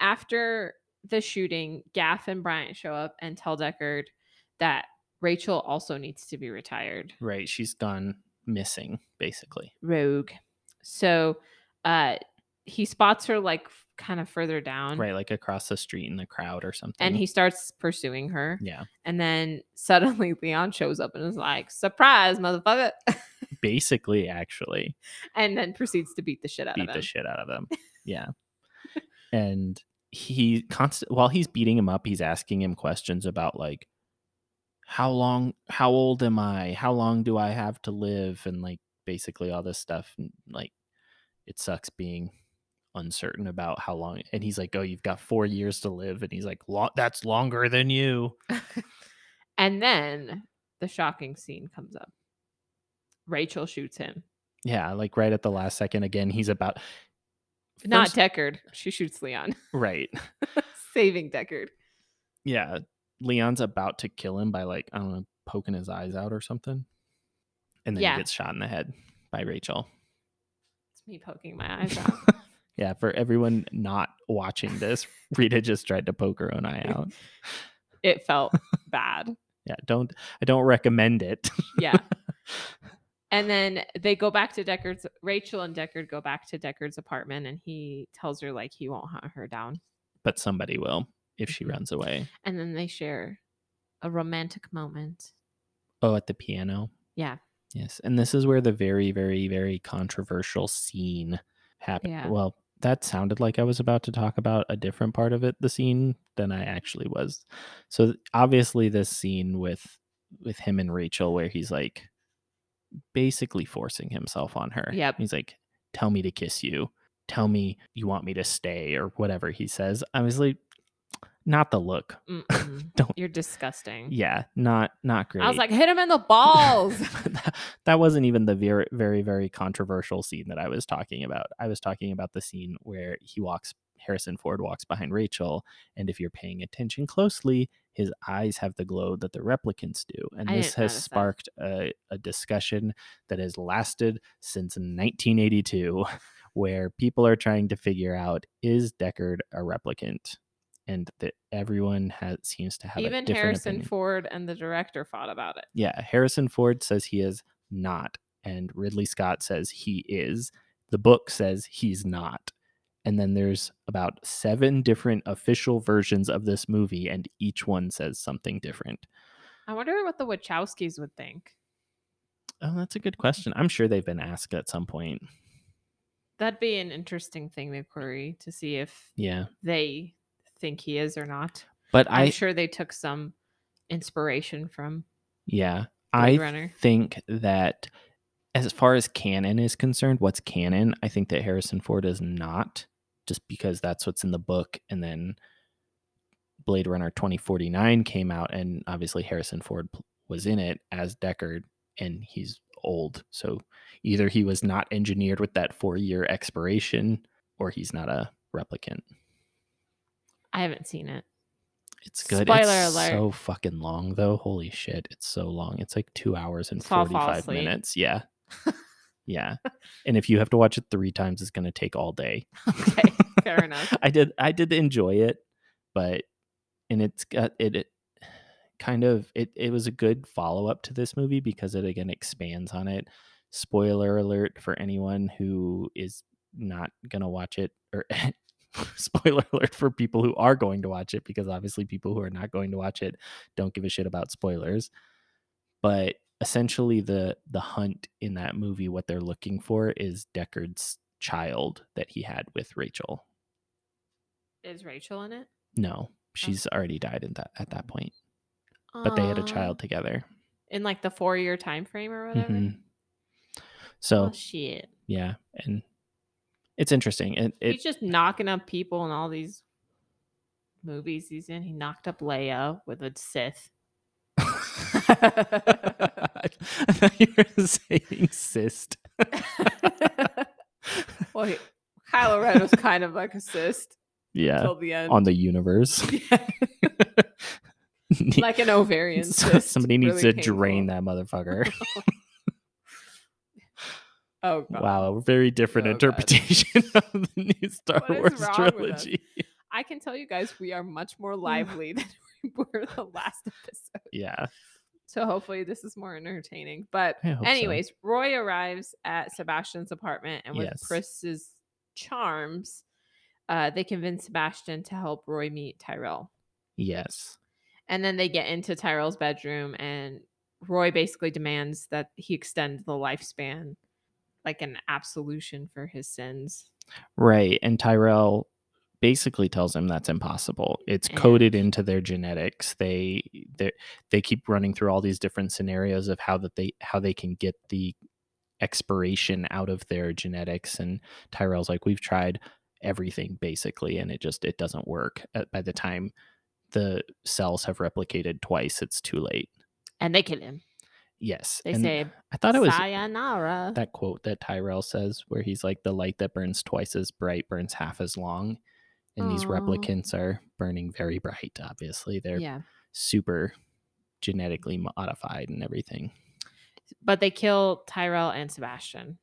S1: After the shooting, Gaff and Bryant show up and tell Deckard that Rachel also needs to be retired.
S2: Right. She's gone missing, basically.
S1: Rogue. So uh he spots her like f- kind of further down.
S2: Right. Like across the street in the crowd or something.
S1: And he starts pursuing her.
S2: Yeah.
S1: And then suddenly Leon shows up and is like, surprise, motherfucker.
S2: Basically, actually,
S1: and then proceeds to beat the shit out
S2: beat
S1: of
S2: the
S1: him.
S2: shit out of him. Yeah. and he constant while he's beating him up, he's asking him questions about like how long how old am I? How long do I have to live? And like basically all this stuff. And like it sucks being uncertain about how long and he's like, Oh, you've got four years to live, and he's like, "Lo- that's longer than you.
S1: and then the shocking scene comes up. Rachel shoots him.
S2: Yeah, like right at the last second again, he's about
S1: Not
S2: First-
S1: Deckard. She shoots Leon,
S2: right.
S1: saving Deckard.
S2: yeah, Leon's about to kill him by like I don't know, poking his eyes out or something, and then
S1: Yeah.
S2: he gets shot in the head by Rachel.
S1: It's me poking my eyes out.
S2: yeah, for everyone not watching this, Rita just tried to poke her own eye out.
S1: It felt bad.
S2: Yeah, don't I don't recommend it.
S1: Yeah. And then they go back to Deckard's. Rachel and Deckard go back to Deckard's apartment, and he tells her like he won't hunt her down.
S2: but somebody will if she runs away.
S1: And then they share a romantic moment.
S2: Oh, at the piano.
S1: Yeah.
S2: Yes, and this is where the very, very, very controversial scene happened.
S1: Yeah.
S2: Well, that sounded like I was about to talk about a different part of it, the scene, than I actually was. So th- obviously, this scene with with him and Rachel, where he's like basically forcing himself on her.
S1: Yep.
S2: He's like, "Tell me to kiss you. Tell me you want me to stay, or whatever he says." I was like, "Not the look.
S1: Mm-mm.
S2: Don't-
S1: You're disgusting.
S2: Yeah, not not great."
S1: Mm-hmm. I was like, hit him in the balls.
S2: That- that wasn't even the very, very, very controversial scene that I was talking about. I was talking about the scene where he walks, Harrison Ford walks behind Rachel. And if you're paying attention closely, his eyes have the glow that the replicants do. And
S1: I
S2: this
S1: didn't
S2: has
S1: notice that.
S2: sparked a, a discussion that has lasted since 1982, where people are trying to figure out is Deckard a replicant? And that everyone has seems to have a
S1: Even
S2: different
S1: Harrison
S2: opinion.
S1: Ford and the director fought about it.
S2: Yeah, Harrison Ford says he is not, and Ridley Scott says he is. The book says he's not. And then there's about seven different official versions of this movie, and each one says something different.
S1: I wonder what the Wachowskis would think.
S2: Oh, that's a good question. I'm sure they've been asked at some point.
S1: That'd be an interesting thing to query to see if
S2: Yeah.
S1: they think he is or not.
S2: But
S1: I'm
S2: I,
S1: sure they took some inspiration from
S2: yeah,
S1: Blade
S2: I
S1: Runner.
S2: think that as far as canon is concerned, what's canon, I think that Harrison Ford is not, just because that's what's in the book. And then Blade Runner 2049 came out, and obviously Harrison Ford pl- was in it as Deckard, and he's old. So either he was not engineered with that four year expiration, or he's not a replicant.
S1: I haven't seen it.
S2: It's good.
S1: Spoiler
S2: it's
S1: alert.
S2: so fucking long though. Holy shit. It's so long. It's like two hours and
S1: So I'll fall
S2: 45
S1: asleep.
S2: minutes. Yeah. yeah. And if you have to watch it three times, it's gonna take all day.
S1: Okay, fair enough.
S2: I did I did enjoy it, but and it's got it, it kind of it it was a good follow-up to this movie because it again expands on it. Spoiler alert for anyone who is not gonna watch it or spoiler alert for people who are going to watch it because obviously people who are not going to watch it don't give a shit about spoilers but essentially the the hunt in that movie what they're looking for is deckard's child that he had with rachel
S1: Is Rachel in it? Oh.
S2: no she's already died in that at that point but they had a
S1: Aw.
S2: child together
S1: in like the four year time frame or whatever.
S2: Mhm. so
S1: Oh shit!
S2: yeah and it's interesting and it,
S1: he's just knocking up people in all these movies he's in. He knocked up Leia with a Sith.
S2: I thought you were saying cyst.
S1: Well, he, Kylo Ren was kind of like a cyst
S2: yeah,
S1: till the end,
S2: on the universe.
S1: like an ovarian
S2: So-
S1: cyst.
S2: Somebody needs
S1: Really
S2: to drain
S1: painful.
S2: that motherfucker.
S1: Oh god!
S2: wow, a very different
S1: Oh, God.
S2: interpretation of the new Star
S1: What is wrong with
S2: Wars
S1: us?
S2: trilogy.
S1: I can tell you guys we are much more lively than we were the last episode.
S2: Yeah.
S1: So hopefully this is more entertaining. But
S2: I hope so.
S1: Anyways, Roy arrives at Sebastian's apartment and with
S2: Yes.
S1: Pris's charms, uh, they convince Sebastian to help Roy meet Tyrell.
S2: Yes.
S1: And then they get into Tyrell's bedroom and Roy basically demands that he extend the lifespan like an absolution for his sins.
S2: Right. And Tyrell basically tells him that's impossible. It's
S1: And-
S2: coded into their genetics. They they they keep running through all these different scenarios of how that they how they can get the expiration out of their genetics and Tyrell's like we've tried everything basically and it just it doesn't work. Uh, By the time the cells have replicated twice, it's too late.
S1: And they kill him.
S2: Yes.
S1: They
S2: and
S1: say
S2: I thought it was
S1: sayonara.
S2: that quote that Tyrell says where he's like the light that burns twice as bright burns half as long and these
S1: Aw.
S2: replicants are burning very bright obviously they're
S1: yeah.
S2: super genetically modified and everything
S1: But they kill Tyrell and Sebastian.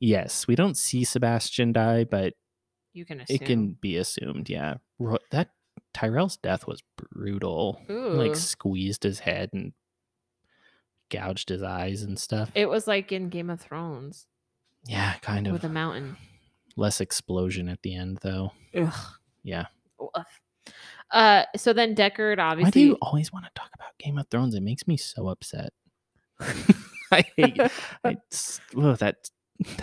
S2: yes we don't see Sebastian die but
S1: You can assume.
S2: it can be assumed yeah Ro- that Tyrell's death was brutal He,
S1: Ooh.
S2: like squeezed his head and gouged his eyes and stuff
S1: It was like in Game of Thrones
S2: yeah kind of
S1: with a mountain.
S2: less explosion at the end though
S1: Ugh.
S2: yeah
S1: Ugh. Uh, so then Deckard obviously.
S2: Why do you always want to talk about Game of Thrones? It makes me so upset. I hate I, s- ugh, that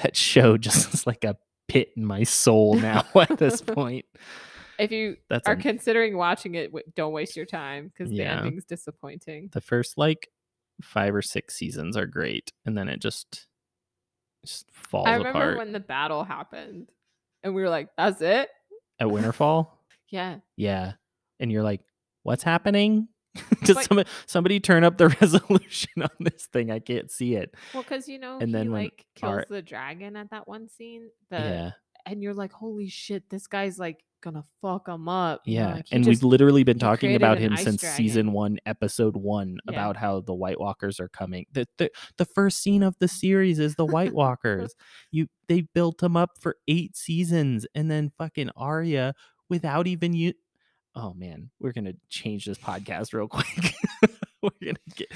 S2: that show just is like a pit in my soul now at this point.
S1: if you
S2: That's
S1: are
S2: a-
S1: considering watching it, w- don't waste your time because
S2: Yeah.
S1: the ending's disappointing.
S2: the first like five or six seasons are great, and then it just just falls
S1: I remember
S2: apart
S1: when the battle happened, and we were like, "That's it."
S2: at Winterfall.
S1: Yeah,
S2: Yeah, and you're like, what's happening? Did
S1: But-
S2: somebody somebody turn up the resolution on this thing? I can't see it.
S1: well, because you know,
S2: And
S1: he
S2: then when
S1: like kills
S2: our-
S1: the dragon at that one scene. The
S2: yeah.
S1: and you're like, "Holy shit, this guy's like gonna fuck him up." you know,
S2: Yeah,
S1: like, he
S2: and
S1: just-
S2: we've literally been
S1: he
S2: talking
S1: created
S2: about
S1: an
S2: him
S1: ice
S2: since
S1: dragon.
S2: season one, episode one,
S1: Yeah.
S2: about how the White Walkers are coming. The, the the first scene of the series is the White Walkers. you they built them up for eight seasons, and then fucking Arya without even you. Oh man, we're gonna change this podcast real quick. we're gonna get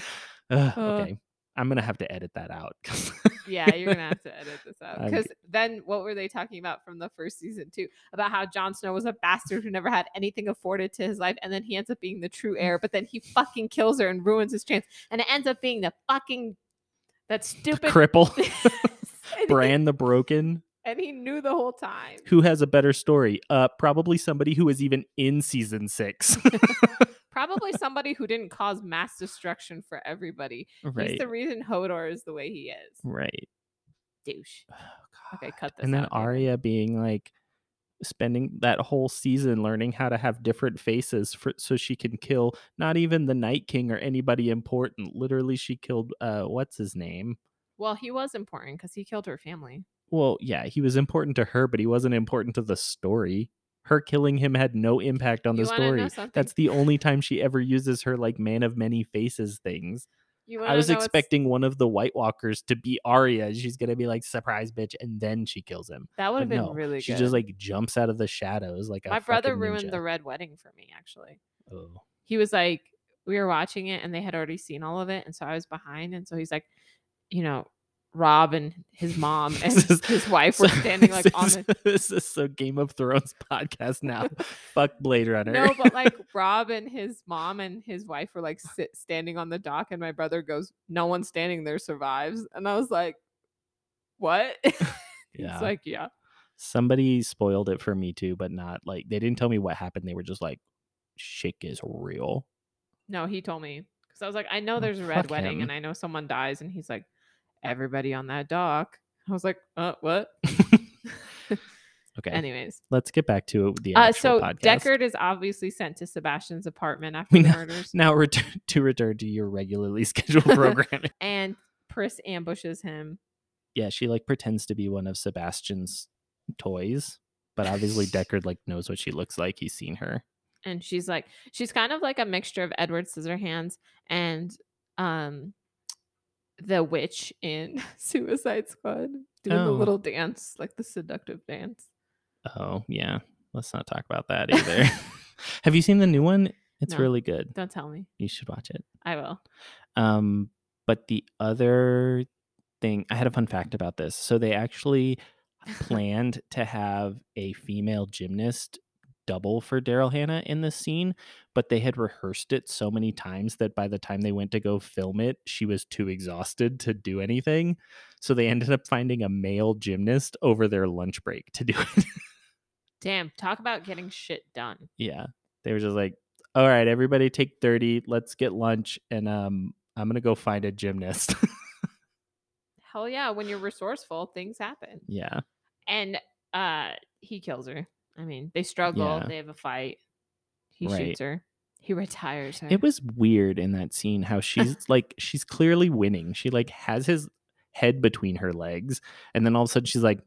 S2: Ugh,
S1: Uh.
S2: okay. I'm gonna have to edit that out. 'cause-
S1: yeah, you're gonna have to edit this out
S2: I'm-
S1: because then what were they talking about from the first season too? About how Jon Snow was a bastard who never had anything afforded to his life, and then he ends up being the true heir, but then he fucking kills her and ruins his chance, and it ends up being the fucking that
S2: the
S1: stupid
S2: cripple,
S1: And he-
S2: Bran the broken.
S1: and he knew the whole time.
S2: who has a better story? Uh, probably somebody who is even in season six.
S1: Probably somebody who didn't cause mass destruction for everybody. He's
S2: right.
S1: the reason Hodor is the way he is.
S2: Right.
S1: Douche. Okay, cut this.
S2: Oh, And then
S1: out later.
S2: Arya being like spending that whole season learning how to have different faces for, so she can kill not even the Night King or anybody important. Literally, she killed uh, what's his name?
S1: Well, he was important because he killed her family.
S2: Well, yeah, he was important to her, but he wasn't important to the story. Her killing him had no impact on
S1: You
S2: the
S1: wanna know
S2: story.
S1: something?
S2: That's the only time she ever uses her like man of many faces things.
S1: You
S2: I
S1: wanna
S2: was
S1: know what's-
S2: expecting one of the White Walkers to be Arya. She's gonna be like surprise bitch, and then she kills him.
S1: That would
S2: But
S1: have been
S2: no,
S1: really
S2: she
S1: good.
S2: just like jumps out of the shadows like a
S1: my brother
S2: fucking
S1: ruined the
S2: ninja.
S1: red wedding for me. Actually,
S2: Oh.
S1: he was like, we were watching it and they had already seen all of it, and so I was behind, and so he's like, you know, Rob and his mom um, and
S2: This is-
S1: his wife were
S2: so-
S1: standing like
S2: this
S1: on
S2: is,
S1: the
S2: this is so Game of Thrones podcast now. Fuck Blade Runner.
S1: No, but like Rob and his mom and his wife were like sit, standing on the dock, and my brother goes, "No one standing there survives," and I was like, "What?"
S2: yeah.
S1: It's like, yeah,
S2: Somebody spoiled it for me too, but not like they didn't tell me what happened. They were just like, "Shit is real."
S1: no, he told me because I was like, I know
S2: Well,
S1: there's a red
S2: Oh, fuck
S1: wedding,
S2: him.
S1: and I know someone dies, and he's like, "Everybody on that dock." I was like, "Uh, what?"
S2: Okay,
S1: Anyways,
S2: let's get back to the
S1: uh,
S2: actual
S1: so
S2: podcast.
S1: Deckard is obviously sent to Sebastian's apartment after
S2: We
S1: the
S2: know-
S1: murders,
S2: now return to return to your regularly scheduled programming.
S1: and Pris ambushes him.
S2: yeah, she like pretends to be one of Sebastian's toys, but obviously Deckard like knows what she looks like. He's seen her.
S1: and she's like she's kind of like a mixture of Edward Scissorhands and um the witch in Suicide Squad doing the
S2: Oh.
S1: little dance, like the seductive dance.
S2: Oh yeah, let's not talk about that either. Have you seen the new one? It's
S1: No.
S2: really good.
S1: Don't tell me.
S2: You should watch it.
S1: I will.
S2: Um, but the other thing, I had a fun fact about this. So they actually planned to have a female gymnast double for Daryl Hannah in this scene, but they had rehearsed it so many times that by the time they went to go film it, she was too exhausted to do anything. So they ended up finding a male gymnast over their lunch break to do it.
S1: Damn, talk about getting shit done.
S2: yeah. They were just like, all right, everybody take 30, let's get lunch, and um, I'm gonna go find a gymnast.
S1: Hell yeah, when you're resourceful, things happen.
S2: yeah.
S1: And uh he kills her. I mean, they struggle,
S2: Yeah.
S1: they have a fight. He
S2: Right.
S1: shoots her. He retires her.
S2: It was weird in that scene how she's like she's clearly winning. She like has his head between her legs, and then all of a sudden she's like,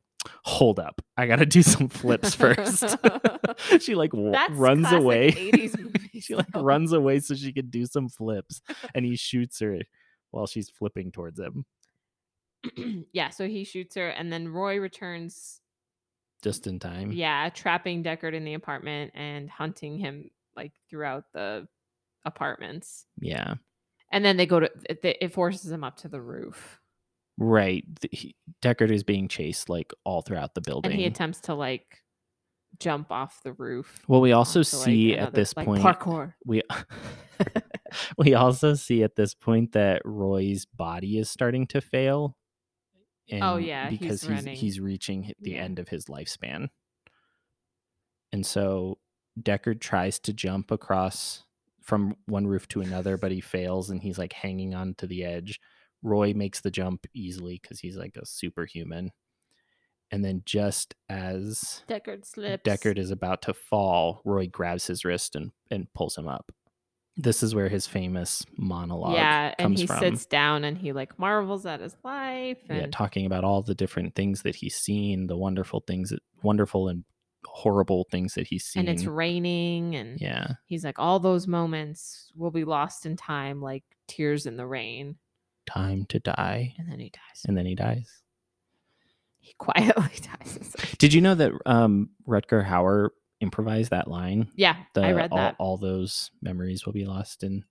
S2: "Hold up, I gotta do some flips first. she like w-
S1: That's
S2: runs
S1: classic
S2: away.
S1: 80s movies,
S2: she like
S1: though.
S2: runs away so she could do some flips, and he shoots her while she's flipping towards him,
S1: yeah, so he shoots her, and then Roy returns,
S2: just in time.
S1: yeah, trapping Deckard in the apartment and hunting him like throughout the apartments.
S2: yeah,
S1: And then they go to it, they- it forces him up to the roof,
S2: right. Th- he- Deckard is being chased like all throughout the building.
S1: and he attempts to like jump off the roof.
S2: well, we also
S1: onto, like,
S2: see at
S1: another-
S2: this
S1: like,
S2: point
S1: parkour.
S2: we we also see at this point that Roy's body is starting to fail. And
S1: Oh, yeah, he's
S2: because he's
S1: running.
S2: he's, reaching h- the
S1: Yeah.
S2: end of his lifespan, and so Deckard tries to jump across from one roof to another, but he fails, and he's like hanging on to the edge. Roy makes the jump easily because he's like a superhuman, and then just as
S1: Deckard slips.
S2: Deckard is about to fall, Roy grabs his wrist and, and pulls him up. This is where his famous monologue
S1: yeah, and
S2: comes
S1: he
S2: from.
S1: sits down and he like marvels at his life. And
S2: yeah, talking about all the different things that he's seen, the wonderful things that wonderful and horrible things that he's seen.
S1: and it's raining, and
S2: yeah.
S1: he's like, all those moments will be lost in time, like tears in the rain.
S2: Time to die.
S1: And then he dies.
S2: And then he dies.
S1: He quietly dies. It's like-
S2: Did you know that um Rutger Hauer improvised that line?
S1: yeah,
S2: The,
S1: I read
S2: all,
S1: that.
S2: all those memories will be lost in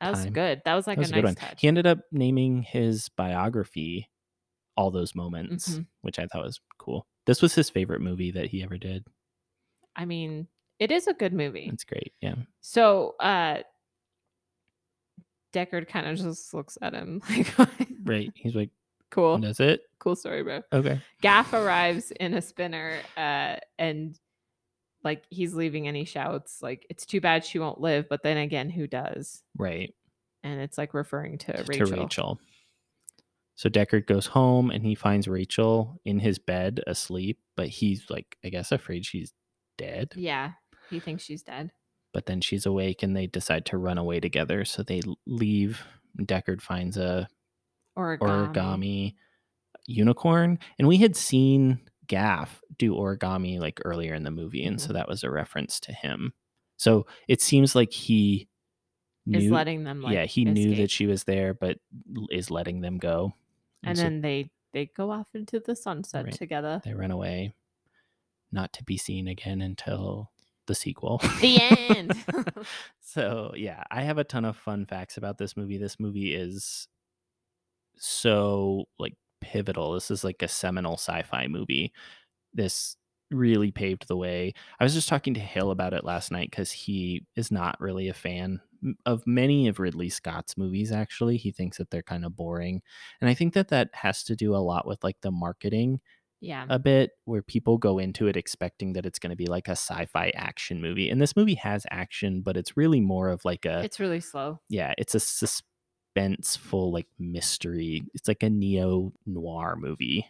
S1: that was
S2: time.
S1: good. That was like
S2: that was
S1: a
S2: a
S1: nice
S2: good one.
S1: touch.
S2: He ended up naming his biography all those moments,
S1: Mhm.
S2: which I thought was cool. This was his favorite movie that he ever did.
S1: I mean, it is a good movie.
S2: It's great. Yeah.
S1: Mm-hmm. So, uh Deckard kind of just looks at him like,
S2: Right. He's like,
S1: cool,
S2: that's it.
S1: cool story, bro.
S2: Okay.
S1: Gaff arrives in a spinner uh, and like he's leaving and he shouts like it's too bad she won't live but then again who does
S2: Right.
S1: and it's like referring to
S2: To
S1: Rachel.
S2: Rachel. So Deckard goes home and he finds Rachel in his bed asleep, but he's like, I guess, afraid she's dead.
S1: Yeah, he thinks she's dead.
S2: But then she's awake and they decide to run away together. So they l- leave. Deckard finds a
S1: Origami.
S2: origami unicorn and we had seen gaff do origami like earlier in the movie and so
S1: Mhm.
S2: that was a reference to him so it seems like he knew,
S1: is letting them like
S2: yeah he knew that
S1: escape.
S2: she was there but l- is letting them go
S1: and
S2: so
S1: then they they go off into the sunset
S2: Right.
S1: together
S2: they run away not to be seen again until the sequel
S1: the end
S2: so yeah i have a ton of fun facts about this movie this movie is so like pivotal. This is like a seminal sci-fi movie. This really paved the way. I was just talking to Hale about it last night because he is not really a fan m- of many of Ridley Scott's movies. Actually, he thinks that they're kind of boring, and I think that that has to do a lot with like the marketing
S1: Yeah.
S2: a bit where people go into it expecting that it's going to be like a sci-fi action movie and this movie has action but it's really more of like a
S1: It's really slow.
S2: yeah it's a suspenseful like mystery it's like a neo noir movie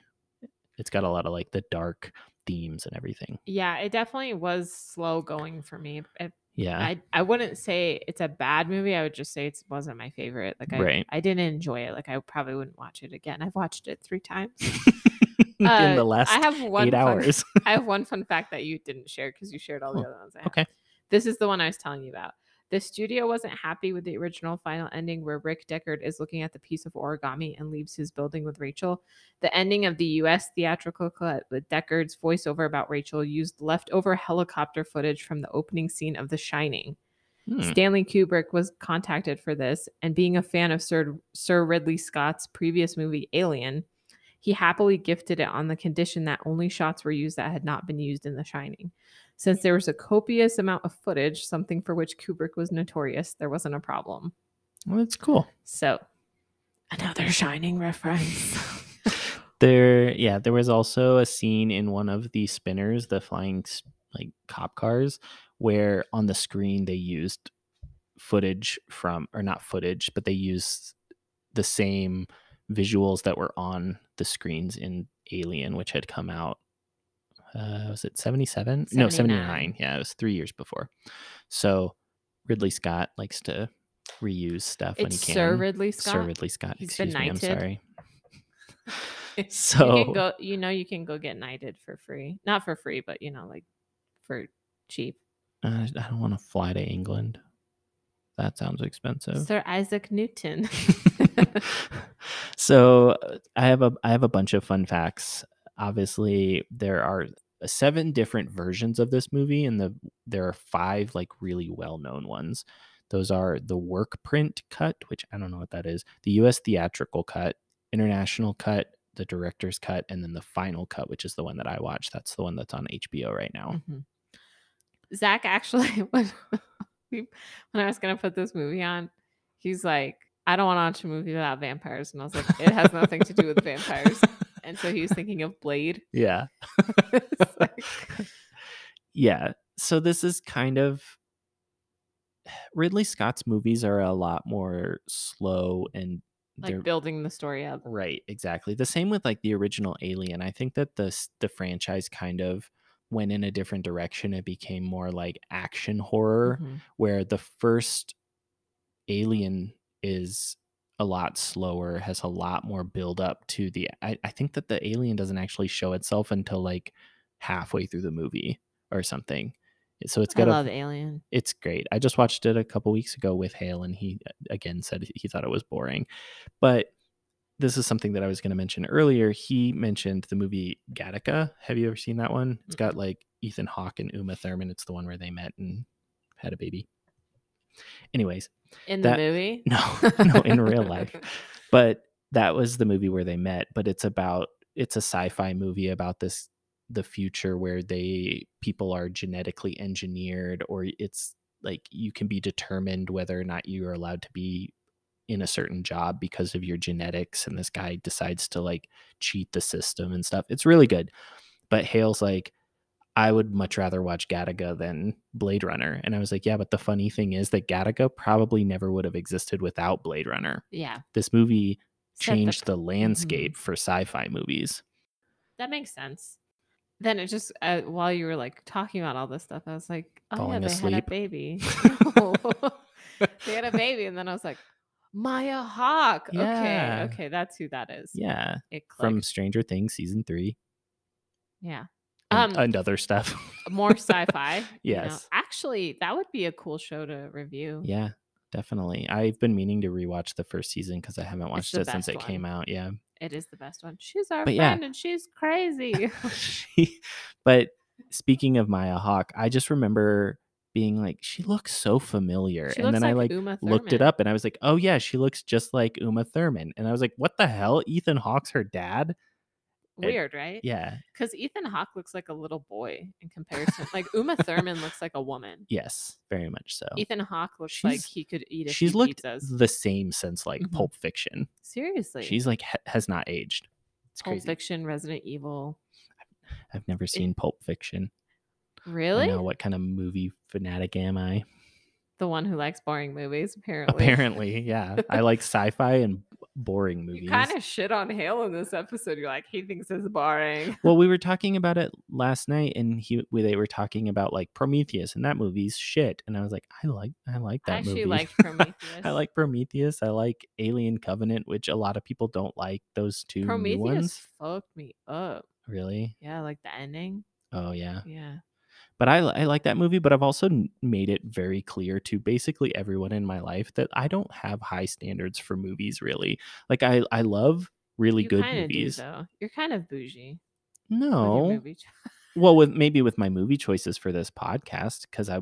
S2: it's got a lot of like the dark themes and everything
S1: Yeah, it definitely was slow going for me. It-
S2: yeah
S1: I I wouldn't say it's a bad movie. I would just say it wasn't my favorite. Like I
S2: Right.
S1: I didn't enjoy it. Like I probably wouldn't watch it again. I've watched it three times.
S2: in
S1: Uh,
S2: the last
S1: I have one
S2: eight
S1: fun-
S2: hours
S1: I have one fun fact that you didn't share because you shared all the
S2: Oh,
S1: other ones. I have.
S2: okay.
S1: This is the one I was telling you about. The studio wasn't happy with the original final ending where Rick Deckard is looking at the piece of origami and leaves his building with Rachel. The ending of the US theatrical cut with Deckard's voiceover about Rachel used leftover helicopter footage from the opening scene of The Shining.
S2: Hmm,
S1: Stanley Kubrick was contacted for this, and being a fan of Sir, Sir Ridley Scott's previous movie Alien, he happily gifted it on the condition that only shots were used that had not been used in The Shining. Since there was a copious amount of footage, something for which Kubrick was notorious, there wasn't a problem.
S2: well, that's cool
S1: So, another Shining reference.
S2: there yeah there was also a scene in one of the spinners the flying s- like cop cars where on the screen they used footage from or not footage but they used the same visuals that were on the screens in alien which had come out uh was it 77 no
S1: 79.
S2: 79 yeah it was three years before so ridley scott likes to reuse stuff when he
S1: it's
S2: can
S1: Sir Ridley Scott.
S2: Sir Ridley Scott.
S1: He's been
S2: excuse me. I'm
S1: knighted.
S2: sorry.
S1: you
S2: So
S1: can go, you know, you can go get knighted for free. Not for free, but you know, like for cheap.
S2: uh, I don't want to fly to England. That sounds expensive.
S1: Sir Isaac Newton.
S2: so uh, I have a I have a bunch of fun facts. Obviously, there are seven different versions of this movie, and the there are five like really well known ones. Those are the work print cut, which I don't know what that is, the U.S. theatrical cut, international cut, the director's cut, and then the final cut, which is the one that I watched. That's the one that's on HBO right now.
S1: Mhm. Zach actually, when, we- when I was going to put this movie on, he's like, I don't want to watch a movie without vampires. And I was like, it has nothing to do with vampires. And so he was thinking of Blade.
S2: Yeah.
S1: It's like-
S2: yeah. So this is kind of Ridley Scott's movies are a lot more slow and
S1: like building the story up.
S2: right, exactly. The same with like the original Alien. I think that the s- the franchise kind of went in a different direction. It became more like action horror
S1: Mhm.
S2: where the first alien is a lot slower has a lot more build up to the I, I think that the alien doesn't actually show itself until like halfway through the movie or something so it's
S1: I
S2: got
S1: love
S2: a,
S1: Alien.
S2: it's great i just watched it a couple weeks ago with hale and he uh, again said he thought it was boring but this is something that i was going to mention earlier he mentioned the movie gattaca have you ever seen that one it's got like ethan hawke and uma thurman it's the one where they met and had a baby anyways
S1: In
S2: that-
S1: the movie?
S2: no, no, in real life. But that was the movie where they met. But it's about it's a sci-fi movie about this the future where they people are genetically engineered, or it's like you can be determined whether or not you are allowed to be in a certain job because of your genetics. And this guy decides to like cheat the system and stuff. It's really good. But Hale's like. I would much rather watch Gattaca than Blade Runner. And I was like, yeah, but the funny thing is that Gattaca probably never would have existed without Blade Runner.
S1: Yeah.
S2: This movie
S1: Set the mm-hmm.
S2: changed the, landscape for sci-fi movies.
S1: That makes sense. Then it just uh, while you were like talking about all this stuff, I was like, "Oh
S2: Falling
S1: yeah, they had
S2: asleep.
S1: a baby. No. they had a baby," and then I was like, "Maya Hawk.
S2: Yeah.
S1: Okay, okay, that's who that is.
S2: Yeah,
S1: It clicked.
S2: from Stranger Things season 3
S1: yeah,
S2: and,
S1: Um,
S2: and other stuff.
S1: more sci-fi. you know.
S2: Yes.
S1: actually, that would be a cool show to review.
S2: yeah, definitely. I've been meaning to rewatch the first season cuz I haven't watched
S1: the
S2: it since
S1: best
S2: it came
S1: one.
S2: out. Yeah.
S1: It is the best one. She's our
S2: But yeah.
S1: friend, and she's crazy.
S2: but speaking of Maya Hawk, I just remember being like, she looks so familiar.
S1: She
S2: and
S1: looks
S2: then I like
S1: Uma
S2: looked it
S1: Thurman.
S2: up and I was like, oh yeah, she looks just like Uma Thurman. And I was like, what the hell? Ethan Hawke's her dad? and-
S1: Weird, right?
S2: Yeah.
S1: Because Ethan Hawke looks like a little boy in comparison. like Uma Thurman looks like a woman.
S2: Yes, very much so.
S1: Ethan Hawke looks like
S2: She's-
S1: he could eat a
S2: She's
S1: few
S2: looked
S1: pizzas.
S2: the same since like
S1: Mhm.
S2: Pulp Fiction.
S1: Seriously,
S2: She's like ha- has not aged. It's
S1: Pulp
S2: crazy.
S1: Fiction, Resident Evil.
S2: I've never seen Pulp Fiction. I
S1: Really,
S2: know what kind of movie fanatic am I?
S1: the one who likes boring movies. Apparently,
S2: Apparently, yeah. I like sci-fi and boring movies.
S1: you kind of shit on Hale in this episode. You're like, he thinks it's boring.
S2: well, we were talking about it last night, and he we, they were talking about like Prometheus, and that movie's shit. And I was like, I like I like
S1: I
S2: that
S1: actually
S2: movie.
S1: liked Prometheus.
S2: I like Prometheus. I like Alien Covenant, which a lot of people don't like those two new
S1: Prometheus.
S2: ones.
S1: Fucked me up.
S2: Really?
S1: Yeah, like the ending.
S2: Oh yeah.
S1: Yeah,
S2: But I, li- I like that movie. But I've also n- made it very clear to basically everyone in my life that I don't have high standards for movies. Really, like I I love really
S1: you
S2: good
S1: kinda do,
S2: movies. Oh.
S1: though. You're kind of bougie. with your
S2: No,
S1: movie cho-
S2: well with maybe with my movie choices for this podcast because i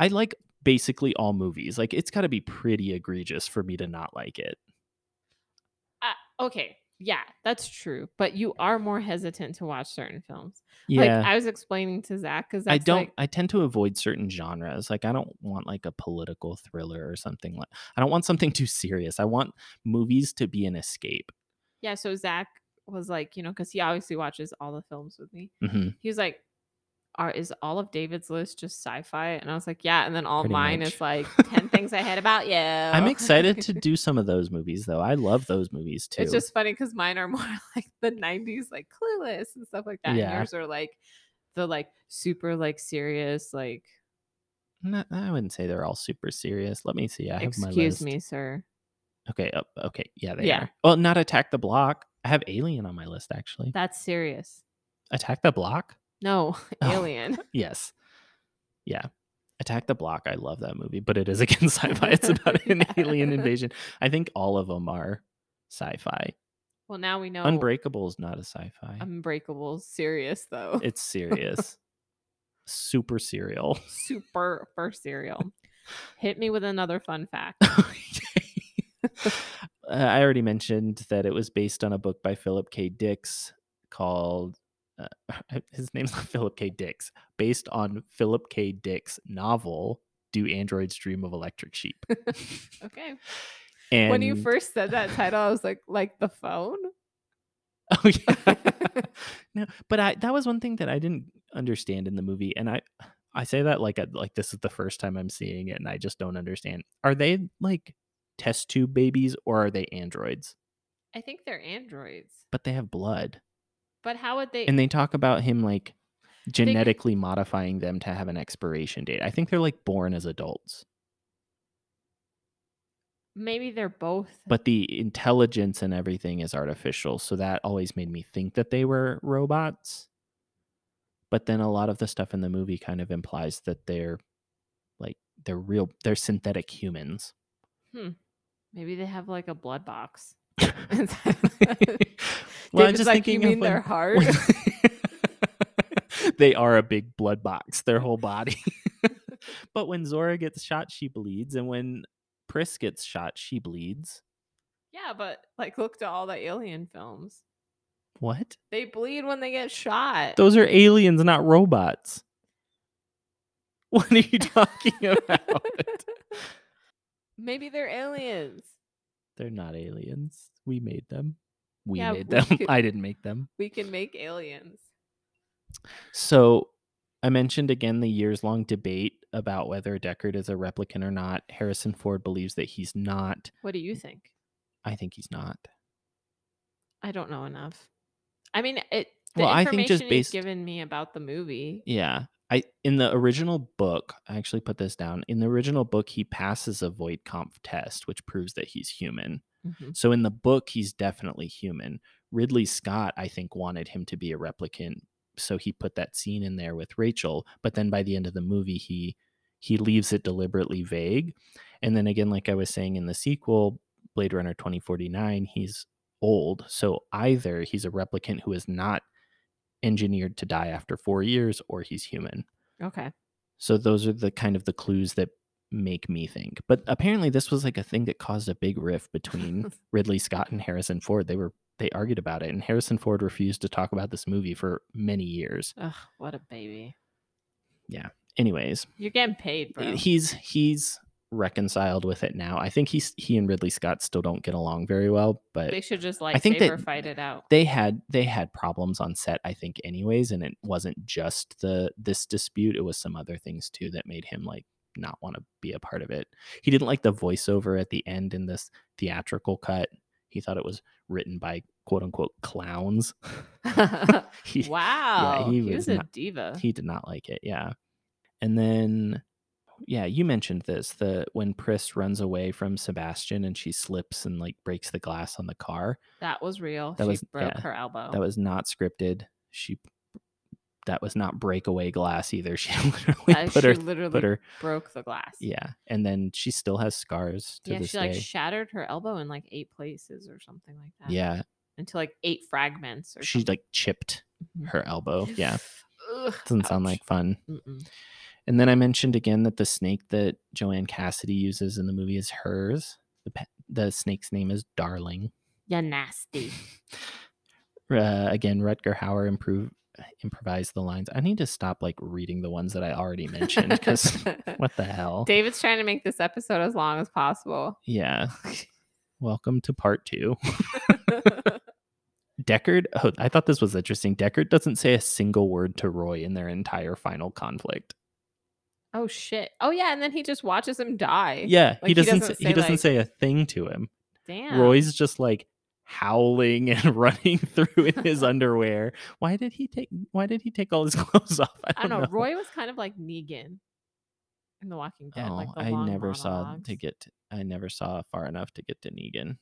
S2: i like basically all movies like it's got to be pretty egregious for me to not like it
S1: okay yeah that's true but you are more hesitant to watch certain films
S2: yeah
S1: like i was explaining to zach because
S2: I don't. I tend to avoid certain genres. Like I don't want like a political thriller or something like. I don't want something too serious. I want movies to be an escape.
S1: yeah so zach was like you know because he obviously watches all the films with me
S2: hmm
S1: he was like are is all of david's list just sci-fi and i was like yeah and then all
S2: Pretty
S1: mine
S2: much.
S1: is like 10 things i had about you
S2: I'm excited to do some of those movies though. I love those movies too.
S1: it's just funny because mine are more like the 90s like clueless and stuff like that
S2: Yeah.
S1: and yours are like the like super like serious like
S2: N- I wouldn't say they're all super serious. Let me see. I have my list.
S1: excuse me sir
S2: Okay. Uh, okay. Yeah, they
S1: Yeah.
S2: are. Well, not Attack the Block. I have Alien on my list actually.
S1: that's serious
S2: Attack the Block?
S1: No,
S2: Oh.
S1: Alien.
S2: Yes. Yeah. Attack the Block. I love that movie, but it is again sci-fi. It's about an alien
S1: Yeah.
S2: invasion. I think all of them are sci-fi.
S1: Well, now we know
S2: Unbreakable is not a sci-fi.
S1: Um, Unbreakable. Serious though.
S2: it's serious. Super serial.
S1: super for serial. Hit me with another fun fact.
S2: uh, I already mentioned that it was based on a book by Philip K. Dix called. Uh, his name's not Philip K. Dix, based on Philip K. Dick's novel "Do Androids Dream of Electric Sheep?"
S1: Okay.
S2: And
S1: when you first said that title, I was like, like the phone.
S2: oh yeah, no, but I that was one thing that I didn't understand in the movie, and I I say that like I, like this is the first time I'm seeing it, and I just don't understand. Are they like test tube babies or are they androids?
S1: I think they're androids,
S2: But they have blood.
S1: but how would they?
S2: and they talk about him like genetically modifying them to have an expiration date. I think they're like born as adults,
S1: maybe they're both.
S2: but the intelligence and everything is artificial. So that always made me think that they were robots. But then a lot of the stuff in the movie kind of implies that they're like they're real, they're synthetic humans.
S1: maybe they have like a blood box.
S2: well,
S1: David's like, "You mean they're hard?"
S2: they are a big blood box, their whole body. but when Zora gets shot, she bleeds, and when Pris gets shot, she bleeds.
S1: Yeah, but like, look to all the alien films.
S2: What?
S1: They bleed when they get shot.
S2: Those are aliens, not robots. What are you talking about?
S1: maybe they're aliens.
S2: they're not aliens. We made them. We
S1: Yeah,
S2: made
S1: we
S2: them.
S1: could-
S2: I didn't make them.
S1: We can make aliens.
S2: So I mentioned again the years long debate about whether Deckard is a replicant or not. Harrison Ford believes that he's not.
S1: What do you think?
S2: I think he's not.
S1: I don't know enough. I mean, it. The
S2: Well, I
S1: information
S2: think just based-
S1: you've given me about the movie.
S2: Yeah. I in the original book, I actually put this down. In the original book, he passes a void conf test, which proves that he's human.
S1: Mhm.
S2: So in the book, he's definitely human. Ridley Scott, I think, wanted him to be a replicant, so he put that scene in there with Rachel. But then by the end of the movie, he he leaves it deliberately vague. And then again, like I was saying in the sequel, Blade Runner 2049, he's old. So either he's a replicant who is not engineered to die after four years, or he's human.
S1: Okay.
S2: So those are the kind of the clues that make me think. But apparently this was like a thing that caused a big rift between Ridley Scott and Harrison Ford. They were they argued about it and Harrison Ford refused to talk about this movie for many years.
S1: Ugh, what a baby.
S2: Anyways,
S1: You're getting paid, bro.
S2: he's he's reconciled with it now. I think he's he and Ridley Scott still don't get along very well, but
S1: They should just like
S2: uh, I think that-
S1: saber fight it out.
S2: they had they had problems on set i think anyways and it wasn't just the this dispute it was some other things too that made him like not want to be a part of it he didn't like the voiceover at the end in this theatrical cut he thought it was written by quote unquote clowns he,
S1: wow.
S2: he
S1: he,
S2: was
S1: was a
S2: not-
S1: diva.
S2: he did not like it yeah and then yeah you mentioned this the when priss runs away from sebastian and she slips and like breaks the glass on the car
S1: that was real.
S2: that
S1: she
S2: was-
S1: broke
S2: yeah,
S1: her elbow.
S2: that was not scripted. She that was not breakaway glass either. She literally
S1: Uh,
S2: put
S1: she
S2: her
S1: literally
S2: put her
S1: broke the glass.
S2: yeah, and then she still has scars to
S1: Yeah,
S2: this
S1: she like
S2: day.
S1: shattered her elbow in like eight places or something like that.
S2: yeah,
S1: Into like eight fragments or
S2: she
S1: something.
S2: like chipped
S1: Mhm.
S2: her elbow. Yeah,
S1: Ugh,
S2: doesn't sound
S1: ouch.
S2: like fun.
S1: Mm-mm.
S2: And then I mentioned again that the snake that Joanne Cassidy uses in the movie is hers. The pet, the snake's name is Darling.
S1: You're nasty.
S2: Uh, again, Rutger Hauer improve improvised the lines. I need to stop like reading the ones that I already mentioned because what the hell?
S1: David's trying to make this episode as long as possible.
S2: Yeah. Welcome to part two. Deckard, oh, I thought this was interesting. Deckard doesn't say a single word to Roy in their entire final conflict.
S1: oh shit. Oh yeah, and then he just watches him die.
S2: Yeah,
S1: Like,
S2: he
S1: he
S2: doesn't.
S1: doesn't
S2: s- He
S1: say,
S2: doesn't
S1: like-
S2: say a thing to him.
S1: Damn.
S2: Roy's just like howling and running through in his underwear. Why did he take? Why did he take all his clothes off?
S1: I don't know. Roy was kind of like Negan in The Walking Dead.
S2: oh,
S1: like the
S2: I
S1: long
S2: never saw
S1: monologues.
S2: to get. To, I never saw far enough to get to Negan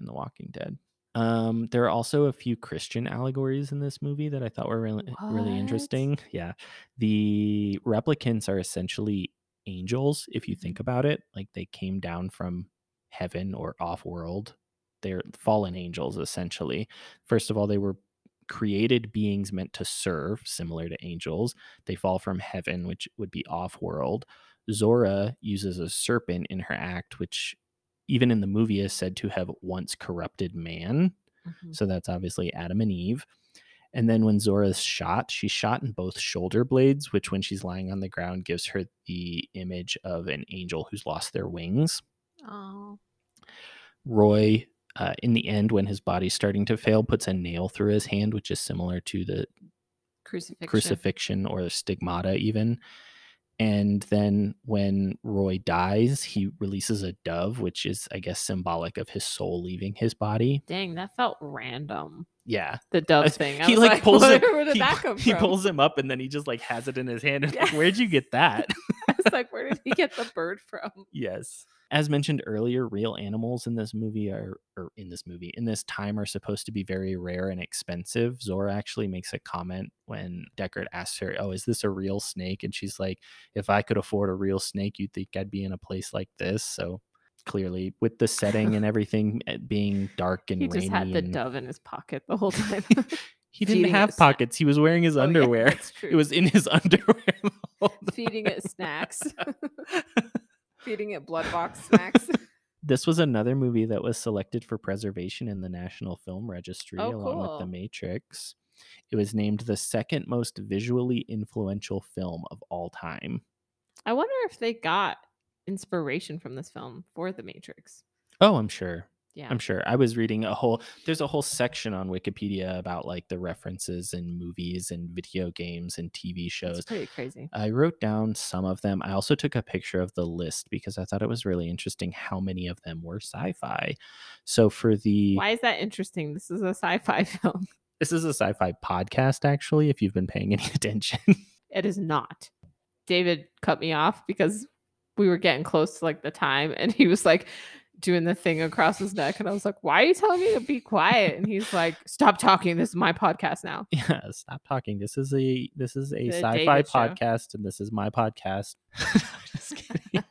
S2: in The Walking Dead. Um, there are also a few Christian allegories in this movie that I thought were really, really
S1: What?
S2: interesting. Yeah, the replicants are essentially angels if you think about it. Like they came down from heaven or off world. They're fallen angels essentially. First of all, they were created beings meant to serve, similar to angels. They fall from heaven, which would be off world. Zora uses a serpent in her act, which even in the movie is said to have once corrupted man.
S1: Mhm.
S2: So that's obviously Adam and Eve. And then when Zora's shot, she's shot in both shoulder blades, which when she's lying on the ground gives her the image of an angel who's lost their wings.
S1: Oh.
S2: Roy, uh, in the end, when his body's starting to fail, puts a nail through his hand, which is similar to the
S1: Crucifixion.
S2: crucifixion or stigmata even and then when roy dies he releases a dove which is i guess symbolic of his soul leaving his body
S1: Dang, that felt random.
S2: yeah
S1: The
S2: I-
S1: dove thing. I
S2: Uh, he
S1: was
S2: like, pulls
S1: where,
S2: it
S1: Where did
S2: he,
S1: that come
S2: he
S1: from?
S2: pulls him up and then he just like has it in his hand and
S1: Yeah.
S2: like, where'd you get that
S1: I was like, where did he get the bird from?
S2: yes as mentioned earlier real animals in this movie are or in this movie in this time are supposed to be very rare and expensive zora actually makes a comment when deckard asks her oh is this a real snake and she's like if i could afford a real snake you'd think i'd be in a place like this so clearly with the setting and everything uh, being dark and
S1: He just had
S2: rainy
S1: the
S2: and-
S1: dove in his pocket the whole time.
S2: he didn't
S1: feeding it
S2: have
S1: sna-
S2: pockets he was wearing his
S1: Oh, yeah,
S2: underwear
S1: that's true.
S2: it was in his underwear the whole
S1: feeding it snacks,
S2: time.
S1: feeding it blood box snacks.
S2: this was another movie that was selected for preservation in the National Film Registry
S1: Oh,
S2: along with The
S1: cool.
S2: Matrix. It was named the second most visually influential film of all time.
S1: I wonder if they got inspiration from this film for The Matrix.
S2: Oh, I'm sure.
S1: Yeah.
S2: I'm sure. I was reading a whole there's a whole section on Wikipedia about like the references in movies and video games and TV shows.
S1: It's pretty crazy.
S2: I wrote down some of them. I also took a picture of the list because I thought it was really interesting how many of them were sci-fi. So for the
S1: Why is that interesting? This is a sci-fi film.
S2: This is a sci fi podcast, actually, if you've been paying any attention.
S1: It is not. David cut me off because we were getting close to like the time and he was like doing the thing across his neck and I was like, "Why are you telling me to be quiet?" And he's like, "Stop talking. This is my podcast now."
S2: yeah, stop talking. This is a this is a
S1: The
S2: sci fi
S1: David show.
S2: podcast, and this is my podcast. Just kidding.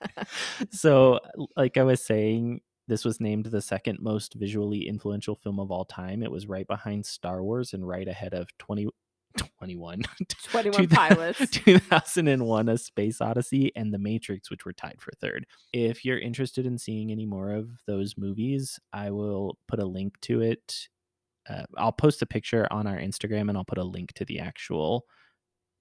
S2: so, like I was saying, this was named the second most visually influential film of all time. It was right behind Star Wars and right ahead of 20, 21
S1: Twenty
S2: Two
S1: one
S2: thou-
S1: pilots.
S2: 2001 A Space Odyssey and The Matrix, which were tied for third. If you're interested in seeing any more of those movies, I will put a link to it. Uh, I'll post a picture on our Instagram and I'll put a link to the actual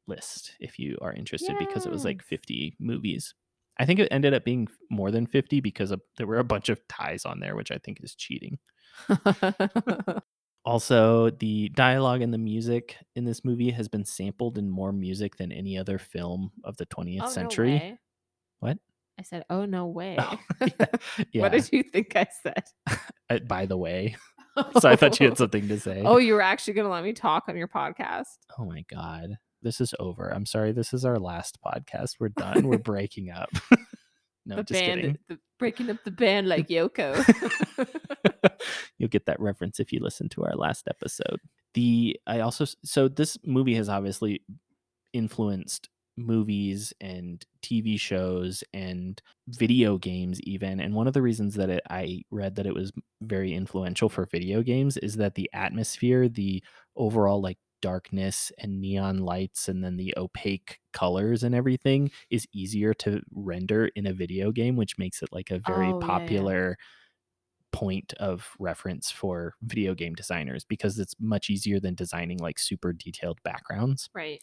S2: list if you are interested because it was like
S1: Yes.
S2: 50 movies. I think it ended up being f- more than 50 because of, there were a bunch of ties on there, which I think is cheating also the dialogue and the music in this movie has been sampled in more music than any other film of the 20th
S1: Oh, no
S2: century
S1: way.
S2: What?
S1: I said, oh no way.
S2: Oh, yeah
S1: What did you think I said?
S2: uh, by the way so i thought you had something to say
S1: Oh, you were actually gonna let me talk on your podcast.
S2: Oh my god this is over i'm sorry this is our last podcast we're done we're breaking up no
S1: the
S2: just
S1: band
S2: kidding
S1: the, breaking up the band like Yoko.
S2: You'll get that reference if you listen to our last episode. The I also s- so this movie has obviously influenced movies and TV shows and video games even and one of the reasons that it, I read that it was very influential for video games is that the atmosphere, the overall like darkness and neon lights and then the opaque colors and everything is easier to render in a video game which makes it like a very
S1: Oh, yeah, yeah.
S2: popular point of reference for video game designers because it's much easier than designing like super detailed backgrounds.
S1: right.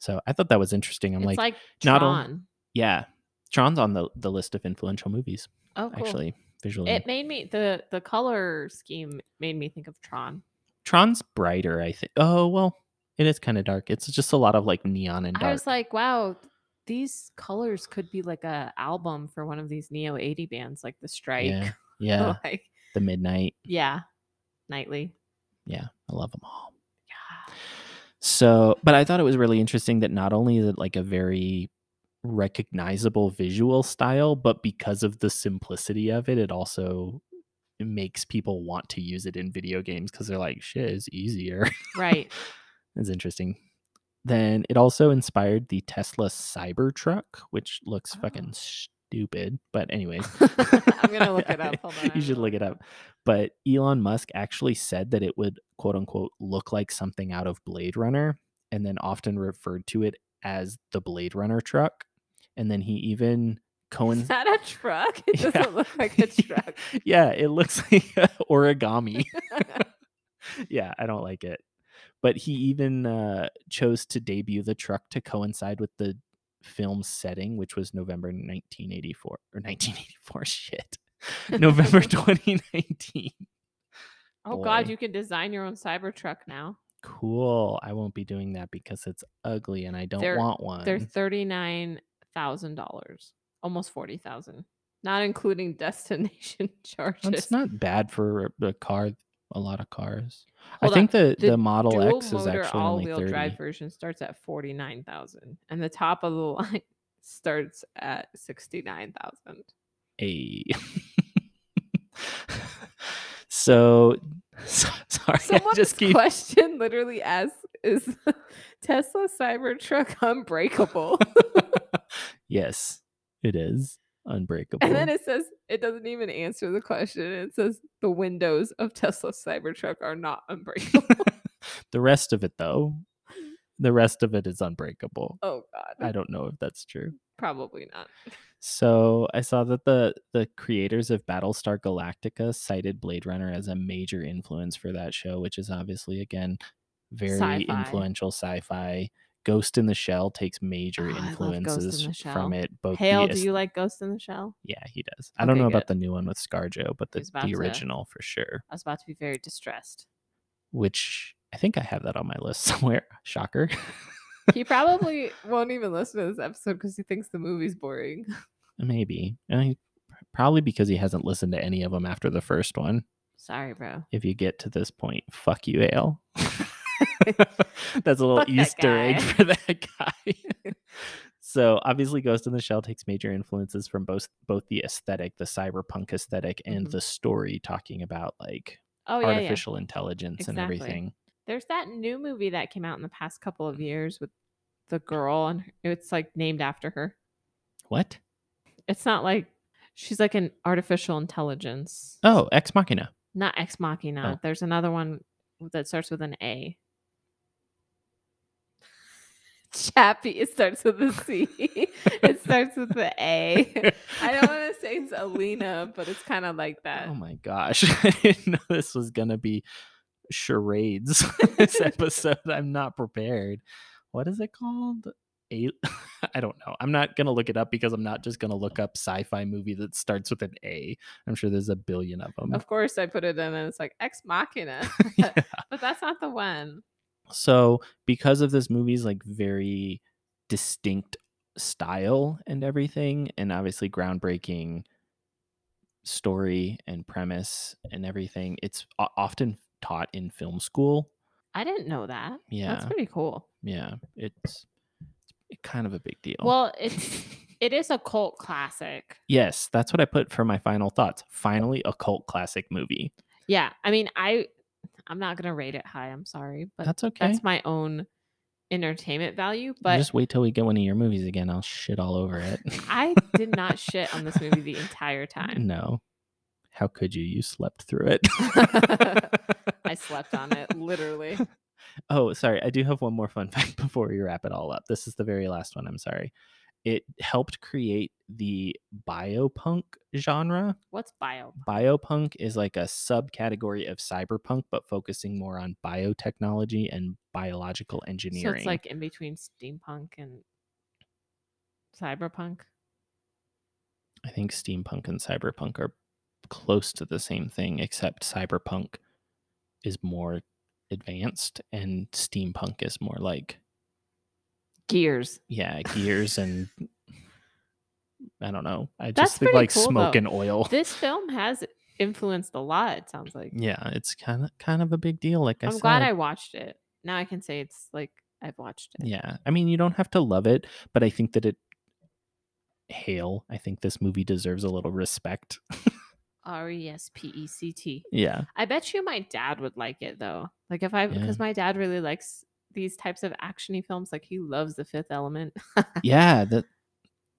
S2: So I thought that was interesting. I'm
S1: it's
S2: like,
S1: like,
S2: not
S1: Tron.
S2: only- yeah, Tron's on the, the list of influential movies,
S1: oh, cool.
S2: actually, visually.
S1: It made me the the color scheme made me think of Tron.
S2: Tron's brighter, I think. Oh, well, it is kind of dark. It's just a lot of like neon and dark.
S1: I was like, wow, these colors could be like a album for one of these neo 80 bands, like the Strike.
S2: yeah, yeah,
S1: like,
S2: the midnight.
S1: yeah. Nightly.
S2: Yeah, I love them all.
S1: Yeah.
S2: So, but I thought it was really interesting that not only is it like a very recognizable visual style, but because of the simplicity of it, it also makes people want to use it in video games because they're like, shit, it's easier.
S1: Right.
S2: it's interesting. Then it also inspired the Tesla Cybertruck, which looks
S1: Oh.
S2: fucking stupid. But anyways,
S1: I'm gonna look it up. Hold on,
S2: you
S1: I'm
S2: should
S1: gonna
S2: look it up. But Elon Musk actually said that it would quote unquote look like something out of Blade Runner and then often referred to it as the Blade Runner truck. And then he even
S1: Is
S2: Cohen
S1: that a truck? It
S2: Yeah.
S1: doesn't look like a truck.
S2: yeah, it looks like a origami. yeah, I don't like it. But he even uh, chose to debut the truck to coincide with the film setting, which was November 1984 or 1984. Shit, November 2019.
S1: Oh god,
S2: Boy.
S1: you can design your own Cybertruck now.
S2: Cool. I won't be doing that because it's ugly and I don't
S1: They're-
S2: want one.
S1: They're thirty-nine thousand dollars. Almost forty thousand. Not including destination charges.
S2: That's not bad for a car. A lot of cars.
S1: Hold
S2: I
S1: on,
S2: think the,
S1: the
S2: the Model
S1: dual
S2: X is
S1: motor
S2: actually
S1: all
S2: only
S1: wheel
S2: 30.
S1: drive version starts at 49,000 and the top of the line starts at 69,000.
S2: A. so, so- sorry, I
S1: Someone's
S2: just keep.
S1: question literally asks is the Tesla Cybertruck unbreakable?
S2: yes, it is unbreakable.
S1: and then it says it doesn't even answer the question. It says the windows of Tesla Cybertruck are not unbreakable.
S2: the rest of it, though, the rest of it is unbreakable.
S1: oh god.
S2: I don't know if that's true.
S1: Probably not.
S2: So I saw that the the creators of Battlestar Galactica cited Blade Runner as a major influence for that show, which is obviously again very
S1: Sci-fi.
S2: influential sci-fi. Ghost in the Shell takes
S1: Oh,
S2: major
S1: I love Ghost in
S2: influences
S1: the Shell.
S2: from it. Both the
S1: Hale,
S2: aes-
S1: do you like Ghost in the Shell?
S2: yeah, he does. I don't
S1: Okay,
S2: know about
S1: good.
S2: the new one with ScarJo, but the,
S1: was about
S2: the
S1: to-
S2: original for sure.
S1: I was about to be very distressed.
S2: Which I think I have that on my list somewhere. Shocker.
S1: He probably won't even listen to this episode because he thinks the movie's boring.
S2: Maybe. And he- probably because he hasn't listened to any of them after the first one.
S1: Sorry, bro.
S2: if you get to this point, fuck you, Ale. That's a little
S1: Fuck that
S2: Easter egg
S1: guy.
S2: for that guy. so obviously, Ghost in the Shell takes major influences from both both the aesthetic, the cyberpunk aesthetic, and
S1: Mhm.
S2: the story, talking about like
S1: Oh yeah, yeah.
S2: artificial intelligence and
S1: Exactly.
S2: everything.
S1: There's that new movie that came out in the past couple of years with the girl, and her- it's like named after her.
S2: What?
S1: It's not like she's like an artificial intelligence,
S2: Oh, Ex Machina.
S1: not Ex Machina.
S2: Oh.
S1: There's another one that starts with an A.
S4: Chappy. It starts with a C. it starts with the A. I don't want to say it's Alina, but it's kind of like that.
S2: Oh my gosh. I didn't know this was going to be charades this episode. I'm not prepared. What is it called? A- I don't know. I'm not going to look it up because I'm not just going to look
S4: Oh.
S2: up sci fi movie that starts with an A. I'm sure there's a billion of them.
S4: Of course, I put it in, and it's like Ex Machina,
S2: Yeah.
S4: but that's not the one.
S2: So, because of this movie's like very distinct style and everything, and obviously groundbreaking story and premise and everything, it's o- often taught in film school.
S4: I didn't know that.
S2: Yeah.
S4: That's pretty cool.
S2: Yeah, it's, it's kind of a big deal.
S1: Well, it's it is a cult classic.
S2: yes, that's what I put for my final thoughts. Finally, a cult classic movie.
S1: Yeah, I mean, I I'm not gonna rate it high. I'm sorry, but
S2: That's okay.
S1: that's my own entertainment value.
S2: You
S1: But
S2: just wait till we get one of your movies again. I'll shit all over it.
S1: I did not shit on this movie the entire time.
S2: No. How could you? You slept through it.
S1: I slept on it literally.
S2: Oh, sorry. I do have one more fun fact before we wrap it all up. This is the very last one. I'm sorry. It helped create the biopunk genre.
S1: What's bio?
S2: Biopunk is like a subcategory of cyberpunk, but focusing more on biotechnology and biological
S1: So
S2: engineering.
S1: it's like in between steampunk and cyberpunk.
S2: I think steampunk and cyberpunk are close to the same thing, except cyberpunk is more advanced and steampunk is more like
S1: Gears.
S2: yeah, gears and I don't know. I just
S1: That's
S2: think
S1: pretty
S2: like
S1: cool,
S2: smoke
S1: though.
S2: and oil.
S1: This film has influenced a lot. It sounds like.
S2: yeah, it's kind of kind of a big deal. Like I
S1: I'm
S2: said,
S1: glad I watched it. Now I can say it's like I've watched it.
S2: yeah. I mean, you don't have to love it, but I think that it. Hail! I think this movie deserves a little respect.
S1: R E S P E C T.
S2: Yeah,
S1: I bet you my dad would like it though. Like if I,
S2: Yeah.
S1: because my dad really likes these types of actiony films. Like he loves The Fifth Element.
S2: yeah. That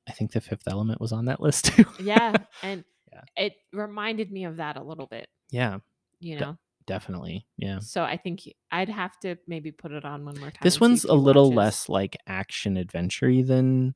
S2: I think the Fifth Element was on that list too.
S1: yeah, and
S2: Yeah.
S1: it reminded me of that a little bit.
S2: yeah,
S1: You
S2: Duh.
S1: know,
S2: definitely. Yeah,
S1: so I think he- I'd have to maybe put it on one more time. and see
S2: this one's
S1: if
S2: a
S1: he
S2: little
S1: watches.
S2: less like action adventure than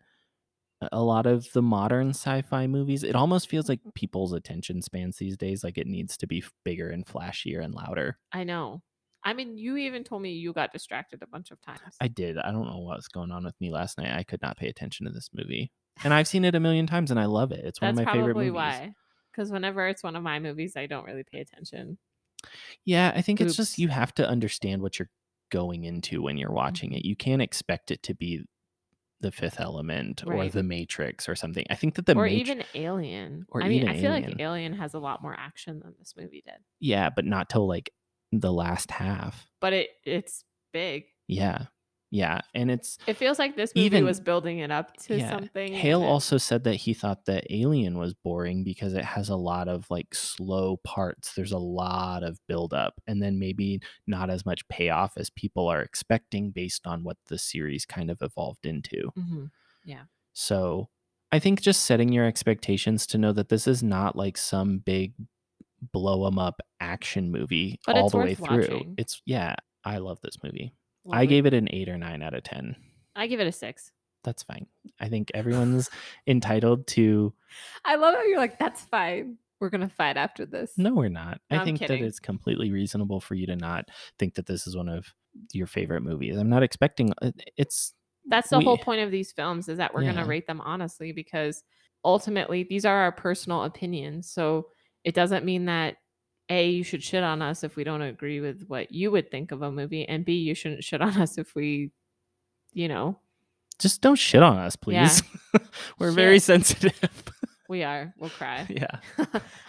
S2: a- a lot of the modern sci-fi movies it almost feels like people's attention spans these days like it needs to be f- bigger and flashier and louder
S1: I know. I mean, you even told me you got distracted a bunch of times.
S2: i did i don't know what was going on with me last night i could not pay attention to this movie and i've seen it a million times and i love it it's one
S1: That's
S2: of my
S1: probably
S2: favorite movies
S1: why. Because whenever it's one of my movies, I don't really pay attention.
S2: yeah i think it's
S1: Oops.
S2: just
S1: Mm-hmm.
S2: you have to understand what you're going into when you're watching it you can't expect it to be the fifth element or
S1: Right.
S2: the matrix or something i think that the
S1: or
S2: Matrix.
S1: even Alien.
S2: or
S1: I mean,
S2: even
S1: I feel like
S2: Alien.
S1: Alien has a lot more action than this movie did,
S2: Yeah, but not till like the last half.
S1: but it it's big.
S2: Yeah. Yeah. And it's
S1: It feels like this movie
S2: Even-
S1: was building it up to
S2: yeah,
S1: something. and
S2: Hale
S1: it-
S2: also said that he thought that Alien was boring because it has a lot of like slow parts. There's a lot of buildup and then maybe not as much payoff as people are expecting based on what the series kind of evolved into.
S1: Mhm.
S2: So I think just setting your expectations to know that this is not like some big blow 'em up action movie
S1: But
S2: all
S1: it's
S2: the way
S1: worth
S2: through.
S1: watching.
S2: It's yeah, I love this movie. I
S1: Lovely.
S2: gave it an eight or nine out of 10.
S1: I give it a six.
S2: That's fine. I think everyone's entitled to.
S4: I love how you're like, that's fine. We're gonna fight after this.
S2: No, we're not.
S1: No,
S2: I
S1: I'm
S2: think that
S1: kidding.
S2: it's completely reasonable for you to not think that this is one of your favorite movies. I'm not expecting it- it's.
S1: That's the whole
S2: We-
S1: point of these films is that we're
S2: Yeah.
S1: gonna rate them honestly because ultimately these are our personal opinions. So it doesn't mean that a you should shit on us if we don't agree with what you would think of a movie, and b you shouldn't shit on us if we, you know,
S2: Just don't shit on us,
S1: Yeah.
S2: please. we're very
S1: Shit.
S2: sensitive.
S1: we are. We'll cry.
S2: yeah.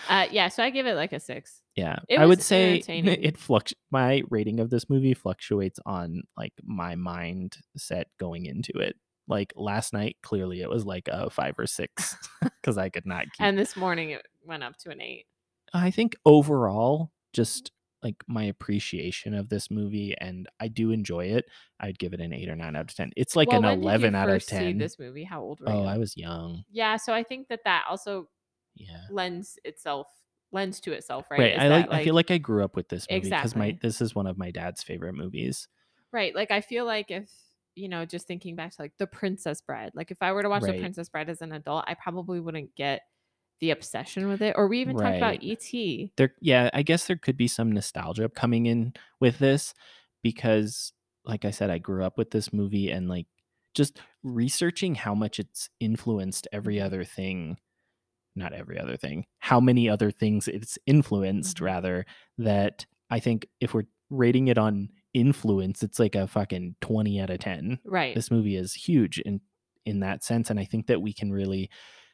S1: uh, yeah, so I give it like a six.
S2: Yeah.
S1: It
S2: I would
S1: was
S2: say
S1: entertaining.
S2: it fluctu- my rating of this movie fluctuates on like my mindset going into it. Like last night, clearly it was like a five or six because I could not keep
S1: And this morning it went up to an eight.
S2: I think overall, just like my appreciation of this movie, and I do enjoy it. I'd give it an eight or nine out of ten. It's like
S1: Well,
S2: an
S1: when did you
S2: eleven out of
S1: first See
S2: ten.
S1: this movie, how old were
S2: oh,
S1: you?
S2: I was young.
S1: Yeah, so I think that that also
S2: Yeah,
S1: lends itself lends to itself, right?
S2: right.
S1: Is
S2: I like,
S1: that,
S2: I feel like I grew up with this movie because my
S1: Exactly.
S2: this is one of my dad's favorite movies.
S1: right. Like I feel like if you know, just thinking back to like the Princess Bride. Like if I were to watch the
S2: Right.
S1: Princess Bride as an adult, I probably wouldn't get the obsession with it. Or we even talked about E
S2: Right.
S1: E.T.
S2: there yeah i guess there could be some nostalgia coming in with this because like i said i grew up with this movie and like just researching how much it's influenced every other thing not every other thing how many other things it's influenced
S1: Mhm.
S2: rather that i think if we're rating it on influence it's like a fucking 20 out of 10
S1: Right.
S2: this movie is huge in in that sense and i think that we can really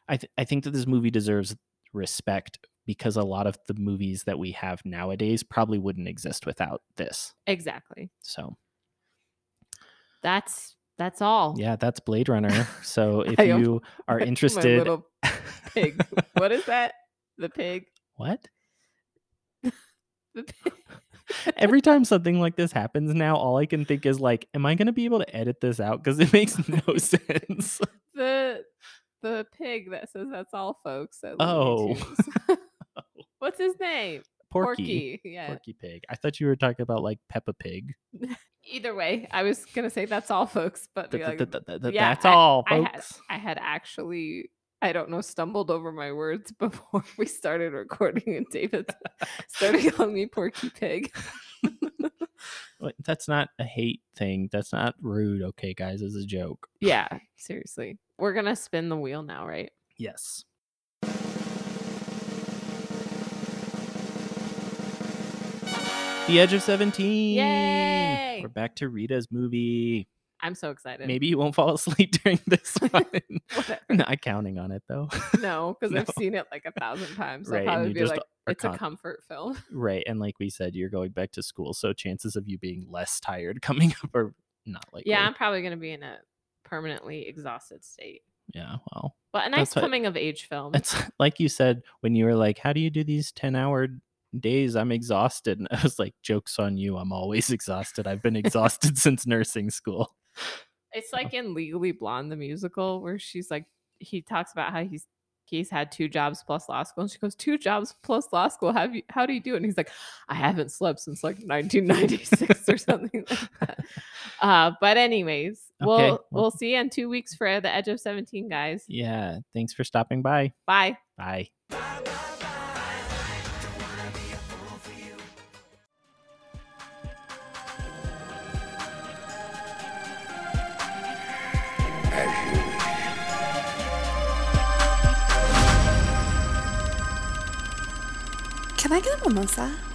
S2: i th- i think that this movie deserves respect because a lot of the movies that we have nowadays probably wouldn't exist without this
S1: exactly.
S2: so
S1: That's that's all.
S2: yeah that's blade runner so if
S5: I al-
S2: you are interested
S5: little pig. what is that? The pig.
S2: what
S1: The pig.
S2: every time something like this happens now all i can think is like am i going to be able to edit this out because it makes no sense
S5: The the pig that says that's all folks. at Looney
S2: Oh.
S5: Tunes. What's his name?
S2: porky
S5: Yeah.
S2: porky pig i thought you were talking about like peppa pig
S5: Either way, I was gonna say that's all folks, but be
S2: Th- th-
S5: like,
S2: th- th- th-
S5: yeah,
S2: that's all
S5: I had
S2: folks
S5: I had actually I don't know stumbled over my words before we started recording, and David started calling me Porky Pig.
S2: Wait, That's not a hate thing. That's not rude. Okay, guys, it's a joke.
S1: yeah, seriously. We're gonna spin the wheel now, right?
S2: Yes. The Edge of 17.
S1: Yay!
S2: We're back to Rita's movie.
S1: I'm so excited.
S2: Maybe you won't fall asleep during this one.
S1: Whatever.
S2: not counting on it, though.
S1: No, because I've
S2: No.
S1: seen it like a thousand times.
S2: Right, and
S1: I'll probably
S2: you
S1: be
S2: just
S1: like,
S2: are
S1: it's
S2: con-
S1: a comfort film.
S2: right. And like we said, you're going back to school. So chances of you being less tired coming up are not likely.
S1: Yeah, I'm probably gonna be in a permanently exhausted state.
S2: Yeah. Well,
S1: But a nice
S2: what-
S1: coming of age film.
S2: It's like you said when you were like, "How do you do these ten-hour days? I'm exhausted." And I was like, "Jokes on you! I'm always exhausted. I've been exhausted since nursing school."
S1: It's like in Legally Blonde the musical where she's like he talks about how he's he's had two jobs plus law school and she goes two jobs plus law school have you how do you do it and he's like I haven't slept since like 1996 or something like that. Uh but anyways, we'll
S2: well-
S1: we'll see you in 2 weeks for The Edge of 17 guys.
S2: Yeah. Thanks for stopping by.
S1: Bye.
S2: Bye.
S6: Can I get a mimosa?